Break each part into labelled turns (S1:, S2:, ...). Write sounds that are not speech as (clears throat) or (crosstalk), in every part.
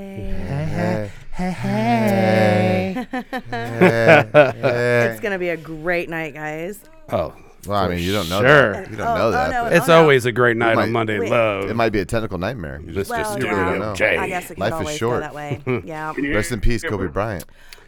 S1: Hey.
S2: Hey, hey.
S1: It's going to be a great night, guys.
S3: Oh,
S2: Well, I mean, you don't know.
S3: Sure.
S2: That. You don't
S1: Oh,
S2: know
S1: oh,
S2: that.
S1: no,
S2: but
S3: it's
S1: no.
S3: always a great night
S2: might-
S3: on Monday.
S1: Wait.
S3: Love.
S2: it might be a technical nightmare.
S3: Let's just
S1: Well,
S3: do
S2: yeah.
S3: it.
S2: I
S3: Okay.
S1: I guess it could
S2: Life is
S1: always
S2: short.
S1: go that
S2: (laughs)
S1: way. yeah.
S2: Rest in peace, Kobe Bryant.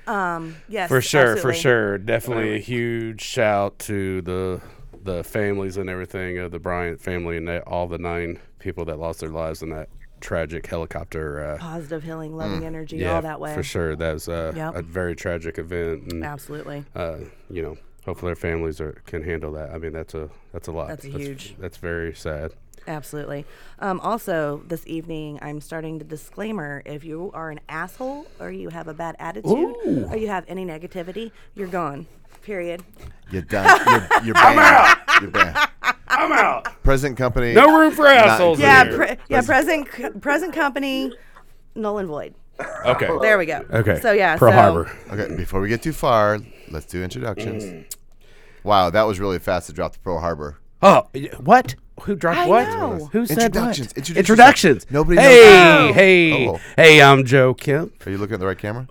S1: Um, yes.
S3: For sure, for
S1: absolutely.
S3: sure. Definitely a huge shout to the the families and everything of the Bryant family and that- all the nine people that lost their lives in that tragic helicopter. Uh,
S1: Positive, healing,
S2: Mm.
S1: loving energy,
S3: yeah,
S1: all Oh, that way.
S3: for sure. That was uh,
S1: Yep.
S3: a very tragic event, and
S1: Absolutely.
S3: uh, you know, hopefully their families are can handle that. I mean, that's a that's a lot.
S1: That's huge.
S3: That's very sad.
S1: Absolutely. Um, also, this evening, I'm starting the disclaimer. If you are an asshole or you have a bad attitude or you have any negativity, you're gone. Period.
S3: (laughs)
S2: You're done. You're, you're banned. You're banned.
S3: I'm out.
S2: Present company.
S3: No room for assholes. in
S1: Yeah,
S3: here.
S1: pre- yeah. Present, c- present company, null and void. (laughs)
S3: okay.
S1: There we go.
S3: Oh. Okay.
S1: So yeah.
S3: Pearl
S1: so,
S3: Harbor.
S2: Okay, before we get too far, let's do introductions.
S3: Mm.
S2: Wow, that was really fast to drop the Pearl Harbor.
S3: Oh, y- what? Who dropped
S1: I
S3: what?
S1: know.
S3: Who said
S2: Introductions.
S3: What?
S2: Introduce
S3: Introductions.
S2: yourself. Nobody knows
S3: Hey,
S2: you.
S3: hey,
S2: Oh.
S3: hey! I'm Joe Kemp.
S2: Are you looking at the right camera?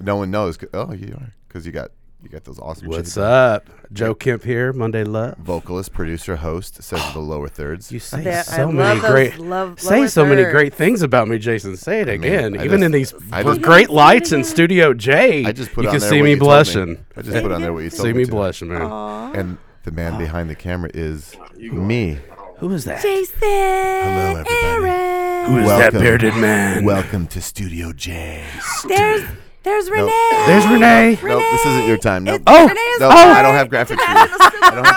S2: No one knows. 'cause- Oh, you are, because you got you got those awesome.
S3: What's
S2: chicks.
S3: up? Joe Kemp here. Monday Love.
S2: Vocalist, producer, host, says the lower thirds.
S3: You say
S1: Yeah, I
S3: so many
S1: love those
S3: great,
S1: love-
S3: say
S1: lower
S3: so many
S1: thirds.
S3: great things about me, Jason. Say it
S2: mean,
S3: again.
S2: I
S3: Even
S2: just-
S3: in these
S2: I just-
S3: great lights in Studio J,
S2: I just put
S3: you
S2: on
S3: can
S2: there
S3: see
S2: what
S3: me
S2: you told
S3: blushing.
S2: I just put on there what you told
S3: See
S2: me
S3: me Ah.
S2: to.
S3: blushing, man.
S2: And the man behind the camera is
S3: (clears throat)
S2: me.
S3: Who is that?
S1: Jason.
S2: Hello, everybody.
S1: Aaron.
S3: Who is
S2: Welcome.
S3: that bearded man?
S2: Welcome to Studio J.
S1: There's there's Renee.
S3: There's Renee.
S2: Nope, this isn't your time. Nope.
S3: Oh,
S1: Renee's
S2: no,
S1: back.
S2: I don't have graphics for
S1: (laughs)
S2: you. I don't have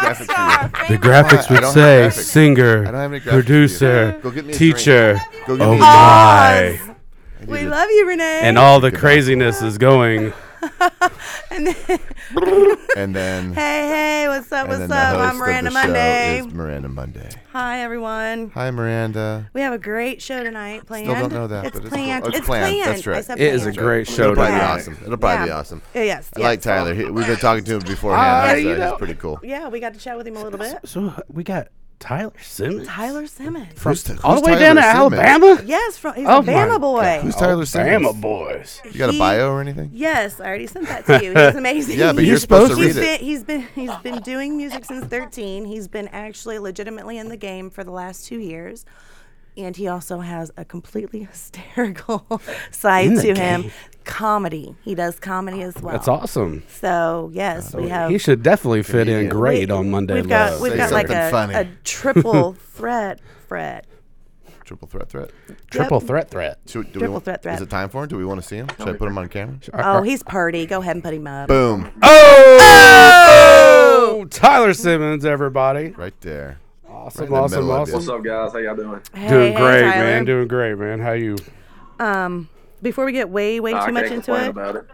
S2: graphics for
S3: The graphics
S2: I
S3: would
S2: don't have
S3: say
S2: graphics.
S3: singer,
S2: I don't have any graphics for you.
S3: producer,
S2: Go get me a drink.
S3: teacher.
S2: Go get
S3: Oh
S2: me a
S3: my!
S1: We love you, Renee. (laughs)
S3: And all the craziness is going.
S1: And then-
S2: you. And then,
S1: hey, hey, what's up?
S2: and
S1: What's
S2: then
S1: up?
S2: the
S1: I'm
S2: host
S1: Miranda
S2: of the show
S1: Monday.
S2: is Miranda Monday.
S1: Hi, everyone.
S2: Hi, Miranda.
S1: We have a great show tonight. Planned.
S2: don't know that,
S1: It's
S2: but it's cool.
S1: planned.
S2: Oh, it's planned. That's right.
S1: I said
S3: It is a
S1: planned.
S3: great show
S2: It'll probably be
S1: Yeah.
S3: tonight.
S2: awesome. It'll probably be
S1: Yeah.
S2: awesome.
S1: Yeah, yes.
S2: I like
S1: yes.
S2: Tyler. He, we've been talking to him beforehand.
S3: Ah,
S2: so
S3: you
S2: he's
S3: know.
S2: pretty cool.
S1: Yeah, we got to chat with him a little bit.
S3: So we got Tyler Simmons.
S1: Tyler Simmons.
S2: Who's t-
S3: all
S2: who's
S3: the way
S2: Tyler
S3: down to
S2: Simmons?
S3: Alabama.
S1: Yes, from he's
S3: Oh
S1: a
S3: my
S1: Bama
S3: God.
S1: boy.
S2: Who's Tyler Simmons?
S3: Bama boys.
S2: You got a
S1: He-
S2: bio or anything?
S1: Yes, I already sent that to you.
S3: (laughs)
S1: He's amazing.
S2: Yeah, but
S1: He's-
S2: you're supposed to
S1: he's
S2: read
S1: been,
S2: it.
S1: He's been he's been doing music since 13. He's been actually legitimately in the game for the last two years. And he also has a completely (laughs) hysterical side
S3: In
S1: to
S3: the
S1: him.
S3: game.
S1: Comedy. He does comedy as well.
S3: That's awesome.
S1: So yes, we have
S3: He should definitely fit in great
S1: we-
S3: on Monday.
S1: We've got
S3: Love.
S1: we've
S2: Say
S1: got like
S2: something
S1: a,
S2: funny.
S1: a triple threat threat.
S2: Triple threat threat.
S3: Triple threat threat.
S2: Should, do we
S1: Triple
S2: want-
S1: threat threat.
S2: Is it time for him? Do we want to see him? Should I put him on camera?
S1: Oh, he's party. Go ahead and put him up.
S2: Boom.
S3: Oh! Tyler Simmons, everybody.
S2: Right there.
S3: Awesome,
S2: the
S3: awesome,
S2: middle of
S3: awesome.
S4: What's up, guys? How y'all doing?
S1: Hey,
S3: Doing
S1: hey,
S3: great,
S1: Tyler.
S3: man. Doing great, man. How you?
S1: Um, before we get way way
S4: I
S1: too
S4: can't
S1: much into
S4: complain
S1: it,
S4: about it.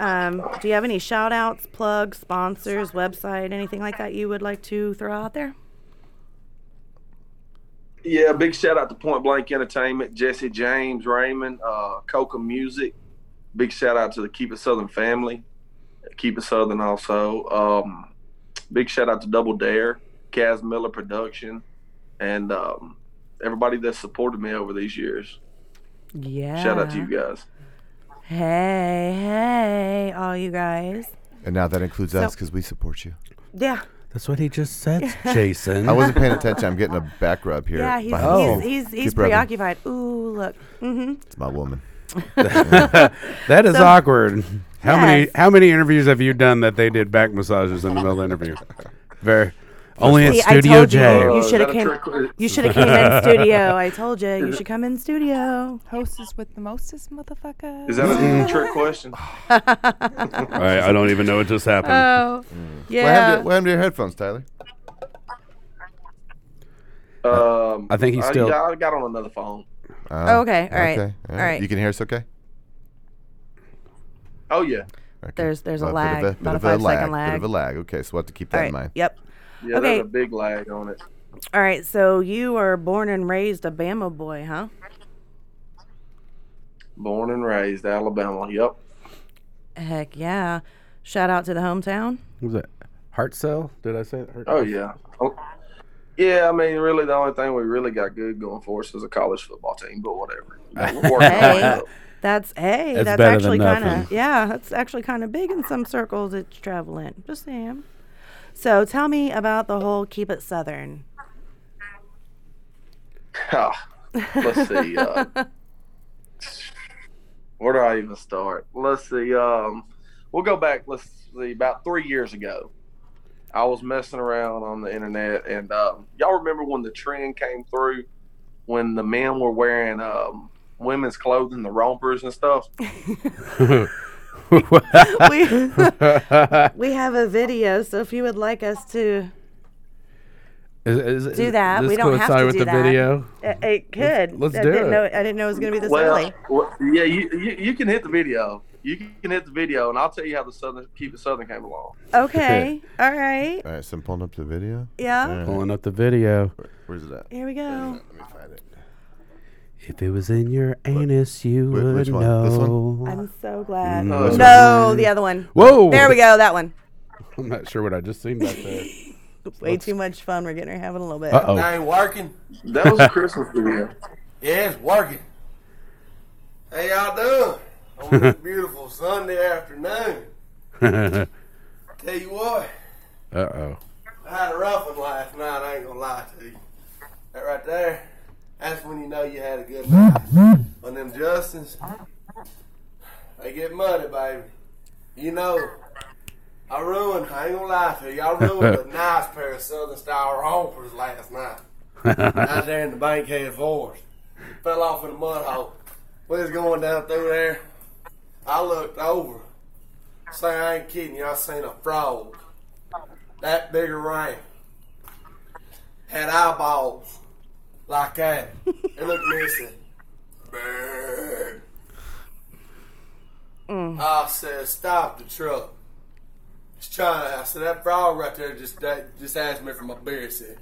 S1: um, do you have any shout outs, plugs, sponsors, website, anything like that you would like to throw out there?
S4: Yeah, big shout out to Point Blank Entertainment, Jesse James, Raymond, uh, Coca Music. Big shout out to the Keep It Southern family, Keep It Southern also. Um, big shout out to Double Dare, Kaz Miller Production, and um, everybody that supported me over these years.
S1: Yeah.
S4: Shout out to you guys.
S1: Hey, hey, all you guys.
S2: And now that includes
S1: So-
S2: us because we support you.
S1: Yeah,
S3: That's what he just said, Jason.
S2: I wasn't paying attention. I'm getting a back rub here.
S1: yeah, he's
S2: by
S3: Oh.
S2: myself.
S1: he's, he's, he's
S2: Keep rubbing.
S1: preoccupied. Ooh, look. Mm-hmm.
S2: It's my woman.
S3: That is awkward. How many
S1: Yes.
S3: how many interviews have you done that they did back massages in the middle of the interview? Very only at
S1: See, I
S3: Studio
S1: told
S3: J.
S1: You
S4: Uh, is
S1: shoulda
S4: that a
S1: came-
S4: trick-
S1: You should have came in studio. I told you you should come in studio.
S5: Hostess with the mostest, motherfucker.
S4: Is that a trick
S1: (laughs)
S4: question?
S3: I, I don't even know what just happened.
S1: Oh, yeah.
S2: What, happened to, what happened to your headphones, Tyler?
S4: Um,
S3: I think he's still-
S4: yeah, I got on another phone.
S2: Uh,
S1: Oh, okay, all right,
S2: Okay.
S1: all right.
S2: You can hear us okay?
S4: Oh yeah.
S2: okay.
S1: There's- there's a
S2: Well,
S1: lag,
S2: Bit of a,
S1: about
S2: bit
S1: a
S2: of a lag.
S1: five-second
S2: Bit of a
S1: lag.
S2: lag. Okay, so we'll have to keep that
S1: all
S2: in
S1: right.
S2: mind.
S1: Yep.
S4: Yeah,
S1: Okay.
S4: there's a big lag on it.
S1: All right. So you were born and raised a Bama boy, huh?
S4: Born and raised Alabama. Yep.
S1: Heck yeah. Shout out to the hometown.
S3: What was it heart cell? Did I say it? heart?
S4: Oh yeah. Oh, yeah. I mean, really, the only thing we really got good going for us is a college football team, but whatever. You know, We're working our way
S1: Hey.
S4: up.
S1: That's hey,
S3: That's
S1: that's,
S3: better
S1: actually
S3: than
S1: kind of
S3: nothing.
S1: yeah, that's actually kind of big in some circles. It's traveling. Just saying. So tell me about the whole keep it
S3: (laughs)
S1: southern.
S6: Ah, let's see. Uh, where do I even start? Let's see. Um, we'll go back. Let's see. About three years ago, I was messing around on the internet, and um, y'all remember when the trend came through when the men were wearing um, women's clothing, the rompers and stuff.
S1: we (laughs) we have a video, so if you would like us to,
S3: Is- is-
S1: Do that.
S3: This
S1: We don't have
S3: coincide
S1: to
S3: with
S1: do
S3: the
S1: that.
S3: video.
S1: it, it could.
S3: let's
S1: I
S3: do
S1: didn't
S3: it.
S1: Know, I didn't know it was going to be this
S6: (laughs)
S1: early.
S6: well, yeah, you, you you can hit the video. You can hit the video, and I'll tell you how the southern keep it southern came along.
S1: Okay. All
S3: (laughs)
S1: right.
S2: All right, so I'm pulling up the video.
S1: Yeah.
S2: All right,
S3: Pulling up the video.
S2: Where's it at?
S1: Here we go.
S2: Let me find it.
S3: If it was in your anus, you
S2: Wh-
S3: would
S2: which one?
S3: know.
S2: This one?
S1: I'm so glad.
S3: No.
S6: Uh,
S1: No, the other one.
S3: Mm, Whoa!
S1: There we go. That one.
S3: (laughs) I'm not sure what I just seen back there.
S1: Way too much fun. We're getting her having a little bit.
S3: Uh (laughs) oh.
S7: I ain't working.
S6: That was a Christmas video.
S7: Yeah, it's working. How y'all doing? On this beautiful Sunday afternoon.
S3: uh
S7: Tell you what,
S3: oh.
S7: I had a rough one last night. I ain't gonna lie to you. That right there, that's when you know you had a good night. When them Justins, they get muddy, baby. You know, I ruined. I ain't gonna lie to you. I ruined a nice pair of Southern style rompers last night. out there in the Bankhead Forest. Fell off in a mud hole. We was going down through there. I looked over. Say, I ain't kidding you, I seen a frog. That big around. Had eyeballs. Like that. It looked missing. Bird.
S1: Mm.
S7: I said, stop the truck. It's trying. I said, that frog right there just that, just asked me for my beer. He said,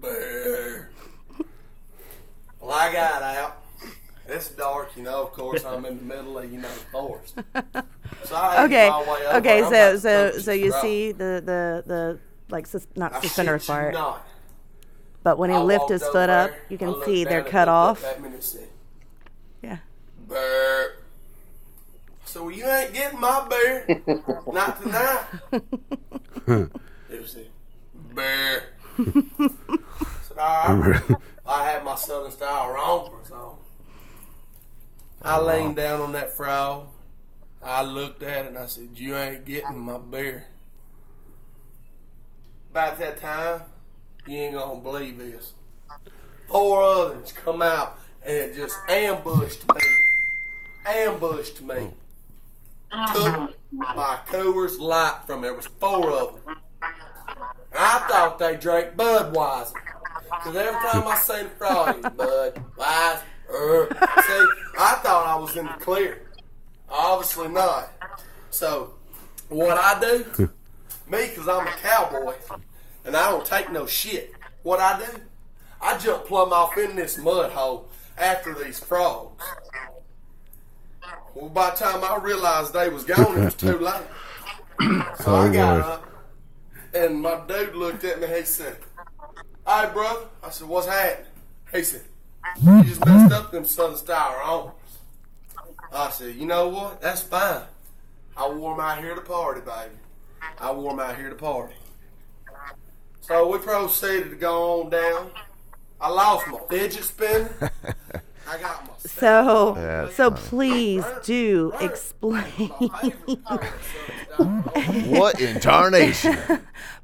S7: bear. Well, I got out. It's dark, you know. Of course, I'm in the middle of you know the forest. So I ate
S1: okay.
S7: my way over.
S1: Okay.
S7: I'm
S1: So
S7: about to
S1: so
S7: poke this
S1: so you
S7: frog.
S1: see the the the like sus-
S7: I
S1: not
S7: shit
S1: suspenders
S7: you
S1: part.
S7: not.
S1: But when he
S7: I
S1: lifts
S7: walked
S1: his
S7: over
S1: foot up,
S7: there,
S1: you
S7: I
S1: can
S7: looked
S1: see
S7: down
S1: they're
S7: and
S1: cut
S7: looked up
S1: off.
S7: at me and said,
S1: Yeah.
S7: Bear. So well, you ain't getting my bear. Not tonight. it was a bear. I said, all right. I had my Southern style rompers on. I leaned down on that frog. I looked at it and I said, You ain't getting my beer. About that time, you ain't gonna believe this. Four others come out and just ambushed me. Ambushed me. Took my Coors Light from there. It was four of them. I thought they drank Budweiser. Because every time I say the frog, Budweiser. uh, See, I thought I was in the clear. Obviously not. So, what I do, me, because I'm a cowboy and I don't take no shit, what I do, I jump plumb off in this mud hole after these frogs. Well, by the time I realized they was gone, it was too late. So I got
S3: boy.
S7: up and my dude looked at me he said, All right, brother. I said, What's happening? He said, You just messed up them Southern Style arms. I said, you know what? That's fine. I wore 'em out here to party, baby. I wore 'em out here to party. So we proceeded to go on down. I lost my fidget (laughs) spinner. I got my
S1: So
S2: That's
S1: so
S2: funny.
S1: please do explain.
S7: favorite part of
S1: (laughs)
S7: Southern Style arm.
S2: What in tarnation?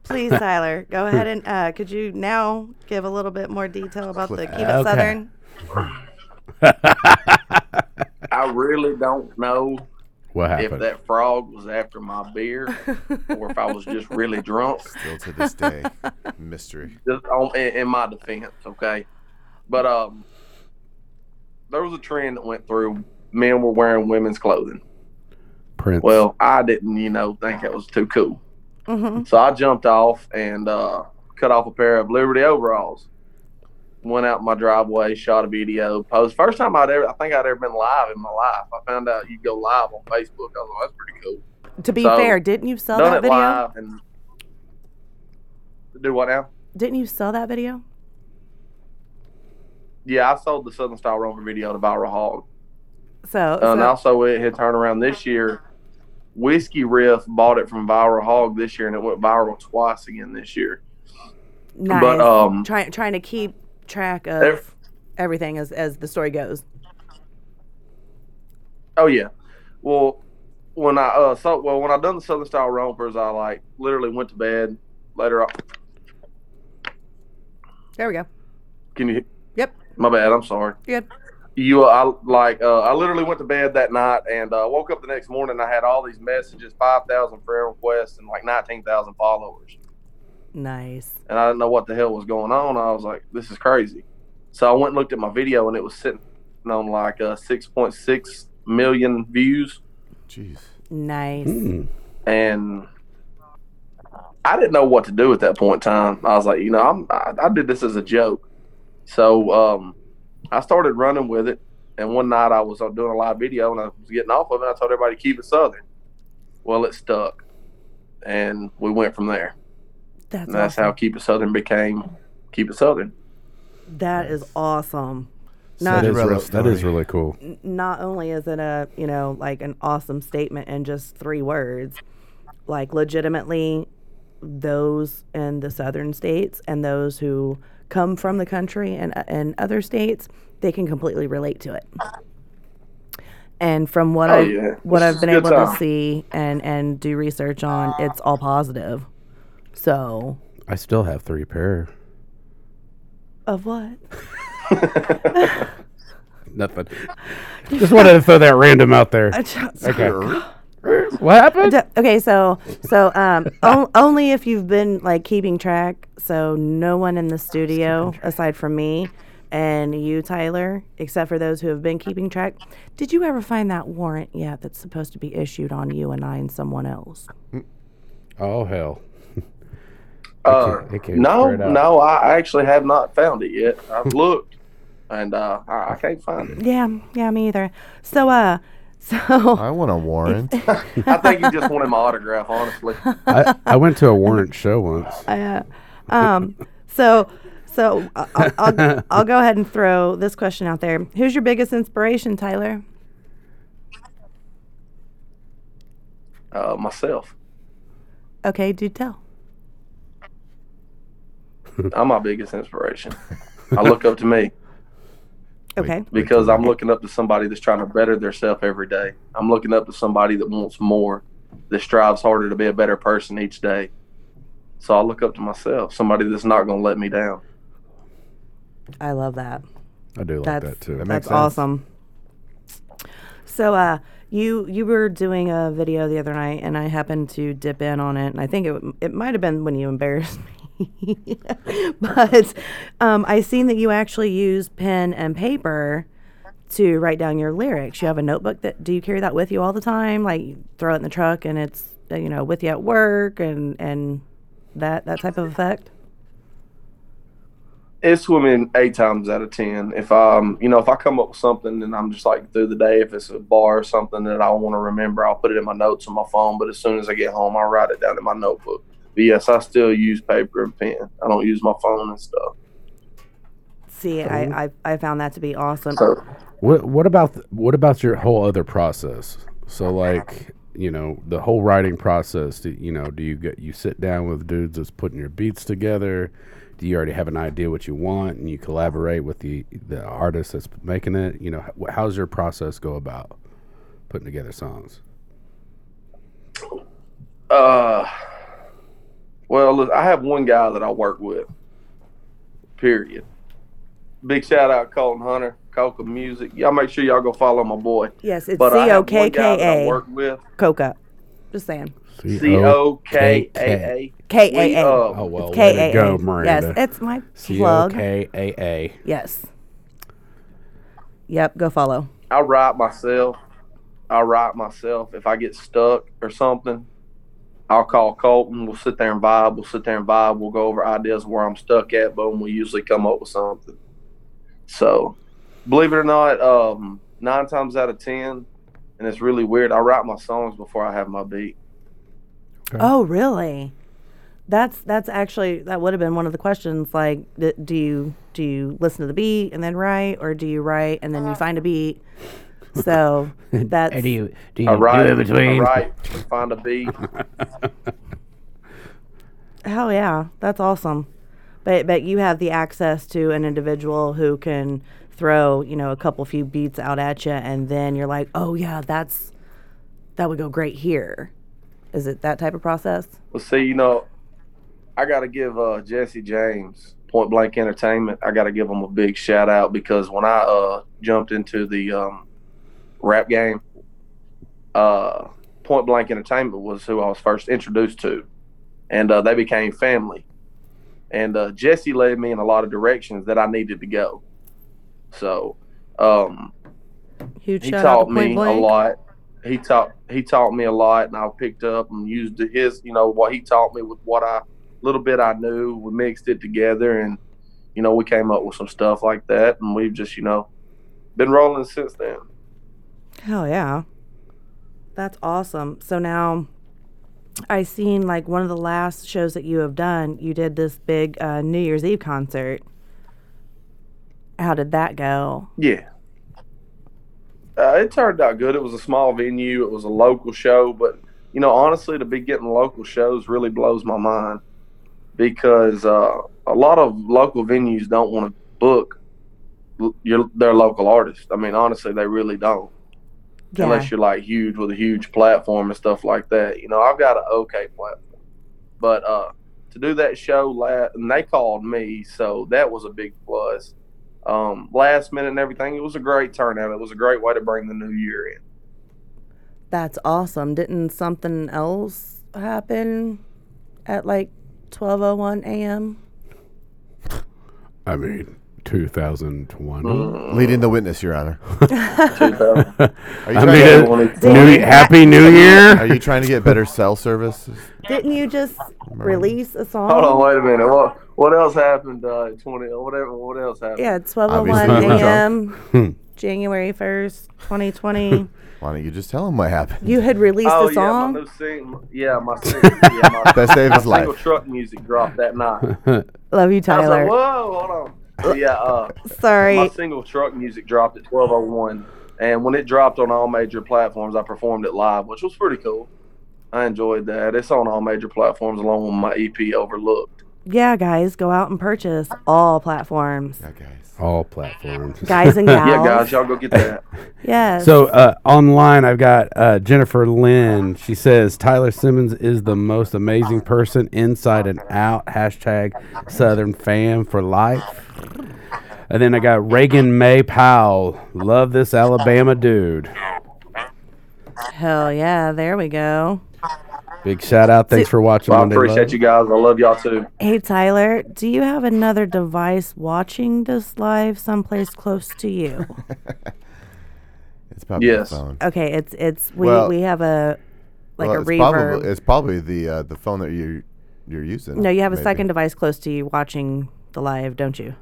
S1: please, Tyler,
S2: (laughs)
S1: go ahead and uh, could you now give a little bit more detail about the Keep It
S3: Okay.
S1: Southern?
S6: I really don't know
S3: (laughs) What
S6: if
S3: happened?
S6: that frog was after my beer or if I was
S1: (laughs)
S6: just really drunk.
S2: Still to this day, mystery.
S6: Just on, in, in my defense, okay. But um, there was a trend that went through. Men were wearing women's clothing.
S3: Prince.
S6: Well, I didn't, you know, think that was too cool.
S1: Mm-hmm.
S6: So I jumped off and uh, cut off a pair of Liberty overalls. Went out my driveway, shot a video, post. First time I'd ever, I think I'd ever been live in my life. I found out you go live on Facebook. I was like, that's pretty cool.
S1: To be
S6: So,
S1: fair, didn't you sell
S6: Done
S1: that
S6: it
S1: video?
S6: live and do what now?
S1: Didn't you sell that video?
S6: Yeah, I sold the Southern Style Rover video to Viral Hog.
S1: So,
S6: And
S1: so-
S6: also, it had turned around this year. Whiskey Riff bought it from Viral Hog this year, and it went viral twice again this year.
S1: nice.
S6: But um,
S1: trying trying to keep track of
S6: ev-
S1: everything as as the story goes.
S6: oh yeah, well, when I uh, so well when I done the Southern Style Rompers, I like literally went to bed later. On.
S1: There we go.
S6: Can you?
S1: Yep.
S6: My bad. I'm sorry.
S1: You're Good.
S6: you I like uh, I literally went to bed that night and uh, woke up the next morning. I had all these messages, five thousand friend requests, and like nineteen thousand followers.
S1: Nice.
S6: And I didn't know what the hell was going on. I was like, "This is crazy." So I went and looked at my video, and it was sitting on like uh, six point six million views,
S2: Jeez.
S1: Nice.
S3: Mm.
S6: and I didn't know what to do at that point in time. I was like, you know, I'm, I, I did this as a joke, so um, I started running with it. And one night I was uh, doing a live video and I was getting off of it. I told everybody keep it southern. Well, it stuck, and we went from there.
S1: That's
S6: and that's
S1: awesome.
S6: how keep it southern became keep it southern.
S1: That is awesome. Not
S3: That, is
S2: Cinderella
S3: real- that is
S2: story.
S3: really cool.
S1: n- not only is it a you know like an awesome statement in just three words, like legitimately, those in the southern states and those who come from the country and uh, and other states, they can completely relate to it. And from what
S6: Oh,
S1: I
S6: yeah.
S1: what
S6: It's
S1: I've been
S6: a good
S1: able
S6: time.
S1: to see and and do research on, it's all positive. So
S3: I still have three pair.
S1: of (laughs) what?
S3: Nothing. Just wanted to throw that random out there.
S1: okay.
S3: What happened?
S1: D- okay so so um on, only if you've been like keeping track so no one in the studio aside from me and you tyler except for those who have been keeping track did you ever find that warrant yet that's supposed to be issued on you and i and someone else
S3: Oh hell.
S6: Uh,
S3: It came
S6: no,
S3: straight out.
S6: no, I actually have not found it yet. I've (laughs) looked, and uh, I, I can't find it.
S1: yeah yeah me either so uh (laughs) so
S2: I want a warrant.
S6: I think you just wanted my autograph, honestly.
S3: I, I went to a warrant show once.
S1: uh, um so so I- I'll, I'll, I'll go ahead and throw this question out there who's your biggest inspiration tyler
S6: Uh, myself,
S1: okay do tell
S6: I'm my biggest inspiration. I look up to me.
S1: okay
S6: because I'm looking up to somebody that's trying to better themselves every day. I'm looking up to somebody that wants more, that strives harder to be a better person each day. So I look up to myself, somebody that's not going to let me down.
S1: i love that
S3: I do like
S1: That's-
S3: that too.
S2: That
S1: That's
S2: makes sense.
S1: awesome. So, uh, you you were doing a video the other night, and I happened to dip in on it, and I think it w- it might have been when you embarrassed (laughs) me, but um, I seen that you actually use pen and paper to write down your lyrics. You have a notebook that do you carry that with you all the time? Like you throw it in the truck, and it's uh, you know with you at work, and and that that type of effect.
S6: It's women eight times out of ten. If um, you know, if I come up with something and I'm just like through the day, if it's a bar or something that I want to remember, I'll put it in my notes on my phone. But as soon as I get home, I write it down in my notebook. But yes, I still use paper and pen. I don't use my phone and stuff.
S1: See, I, I I found that to be awesome.
S6: So
S3: What What about th- what about your whole other process? So like you know the whole writing process. Do, you know, do you get you sit down with dudes that's putting your beats together? Do you already have an idea what you want, and you collaborate with the the artist that's making it? You know, how, how's your process go about putting together songs?
S6: Uh, well, look, I have one guy that I work with. Period. Big shout out Colton Hunter, Coca Music. Y'all make sure y'all go follow my boy.
S1: Yes, it's
S6: But I
S1: C O
S6: have one
S1: K
S6: guy that I
S1: K A.
S6: work with
S1: Coca. Just saying.
S6: C O K A A.
S1: K
S6: We,
S1: A A.
S6: um,
S3: Oh well, way
S1: K A
S3: to
S1: A.
S3: go,
S1: Yes,
S3: Miranda.
S1: it's my
S3: C O
S1: plug.
S3: K A A.
S1: Yes. Yep, go follow.
S6: I write myself. I write myself. If I get stuck or something, I'll call Colton. We'll sit there and vibe. We'll sit there and vibe. We'll go over ideas where I'm stuck at, but we usually come up with something. So, believe it or not, um, nine times out of ten, and it's really weird. I write my songs before I have my beat.
S1: Oh, really? That's that's actually that would have been one of the questions. Like, th- do you do you listen to the beat and then write, or do you write and then you find a beat
S3: (laughs)
S1: So that's
S8: Or do you do you
S6: All right.
S8: do it between?
S6: All right. Find a beat.
S1: hell yeah, that's awesome. But but you have the access to an individual who can throw you know a couple few beats out at you, and then you're like, oh yeah, that's that would go great here. Is it that type of process?
S6: Well, see, you know, I got to give uh, Jesse James, Point Blank Entertainment, I got to give him a big shout out because when I uh, jumped into the um, rap game, uh, Point Blank Entertainment was who I was first introduced to, and uh, they became family. And uh, Jesse led me in a lot of directions that I needed to go. So, um,
S1: Huge
S6: he
S1: shout out to
S6: taught
S1: Point
S6: me a
S1: Blank.
S6: lot. He taught he taught me a lot, and I picked up and used his you know what he taught me with what I little bit I knew. We mixed it together, and you know we came up with some stuff like that, and we've just you know been rolling since then.
S1: Hell yeah. That's awesome. So now I seen like one of the last shows that you have done, you did this big uh, New Year's Eve concert. How did that go?
S6: Yeah. Uh, it turned out good. It was a small venue. It was a local show, but you know, honestly, to be getting local shows really blows my mind because uh, a lot of local venues don't want to book l- your their local artists. I mean, honestly, they really don't unless you're like huge with a huge platform and stuff like that. You know, I've got an okay platform, but uh, to do that show, la- and they called me, so that was a big plus. Um, last minute and everything, it was a great turnout. It was a great way to bring the new year in. (laughs)
S1: That's awesome. Didn't something else happen at like 12:01 a.m.?
S3: I mean, 2020.
S6: Mm-hmm.
S2: Leading the witness, Your Honor. Are you,
S3: I
S2: trying
S3: mean,
S2: to,
S3: it- New, Ye- happy
S2: (laughs)
S3: New
S2: are
S3: Year.
S2: you trying to get better cell service?
S1: Didn't you just release a song?
S6: Hold on, wait a minute. What what else happened? Uh, twenty whatever. What else happened?
S1: Yeah, 12:01
S2: Obviously, we're
S1: a.m. January 1st, 2020.
S2: Why don't you just tell him what happened?
S1: you had released
S6: Oh
S1: a
S6: yeah, my
S1: song.
S6: new single. Yeah, my single. yeah, my,
S2: Best day of
S6: my
S2: his life.
S6: single (laughs) truck music dropped
S1: (laughs)
S6: that night.
S1: Love you,
S6: I was like,
S1: Tyler.
S6: whoa, hold on. Yeah, uh,
S1: Sorry.
S6: My single truck music dropped at 1201, and when it dropped on all major platforms, I performed it live, which was pretty cool. I enjoyed that. It's on all major platforms along with my EP Overlooked.
S1: Yeah, guys, go out and purchase all platforms.
S2: Yeah, guys.
S3: All platforms.
S1: Guys and gals.
S6: (laughs) Yeah, guys, y'all go get that.
S9: (laughs)
S1: Yes.
S3: So uh, online, I've got uh, Jennifer Lynn. She says Tyler Simmons is the most amazing person inside and out. Hashtag Southern fan for life. And then I got Reagan May Powell. Love this Alabama dude.
S1: Hell yeah, there we go.
S3: Big shout out. Thanks for watching.
S6: Well, I
S3: Monday
S6: appreciate
S3: Love.
S6: you guys. I love y'all too.
S1: Hey, Tyler, do you have another device watching this live someplace close to
S2: (laughs)
S1: you?
S2: It's probably
S6: Yes.
S2: the phone.
S1: okay, it's, it's, we,
S2: Well-
S1: we have a, like
S2: Well,
S1: a
S2: it's
S1: reverb.
S2: Probably, it's probably the uh, the phone that you you're using.
S1: no, you have a
S2: maybe.
S1: second device close to you watching the live, don't
S2: (laughs)
S1: you?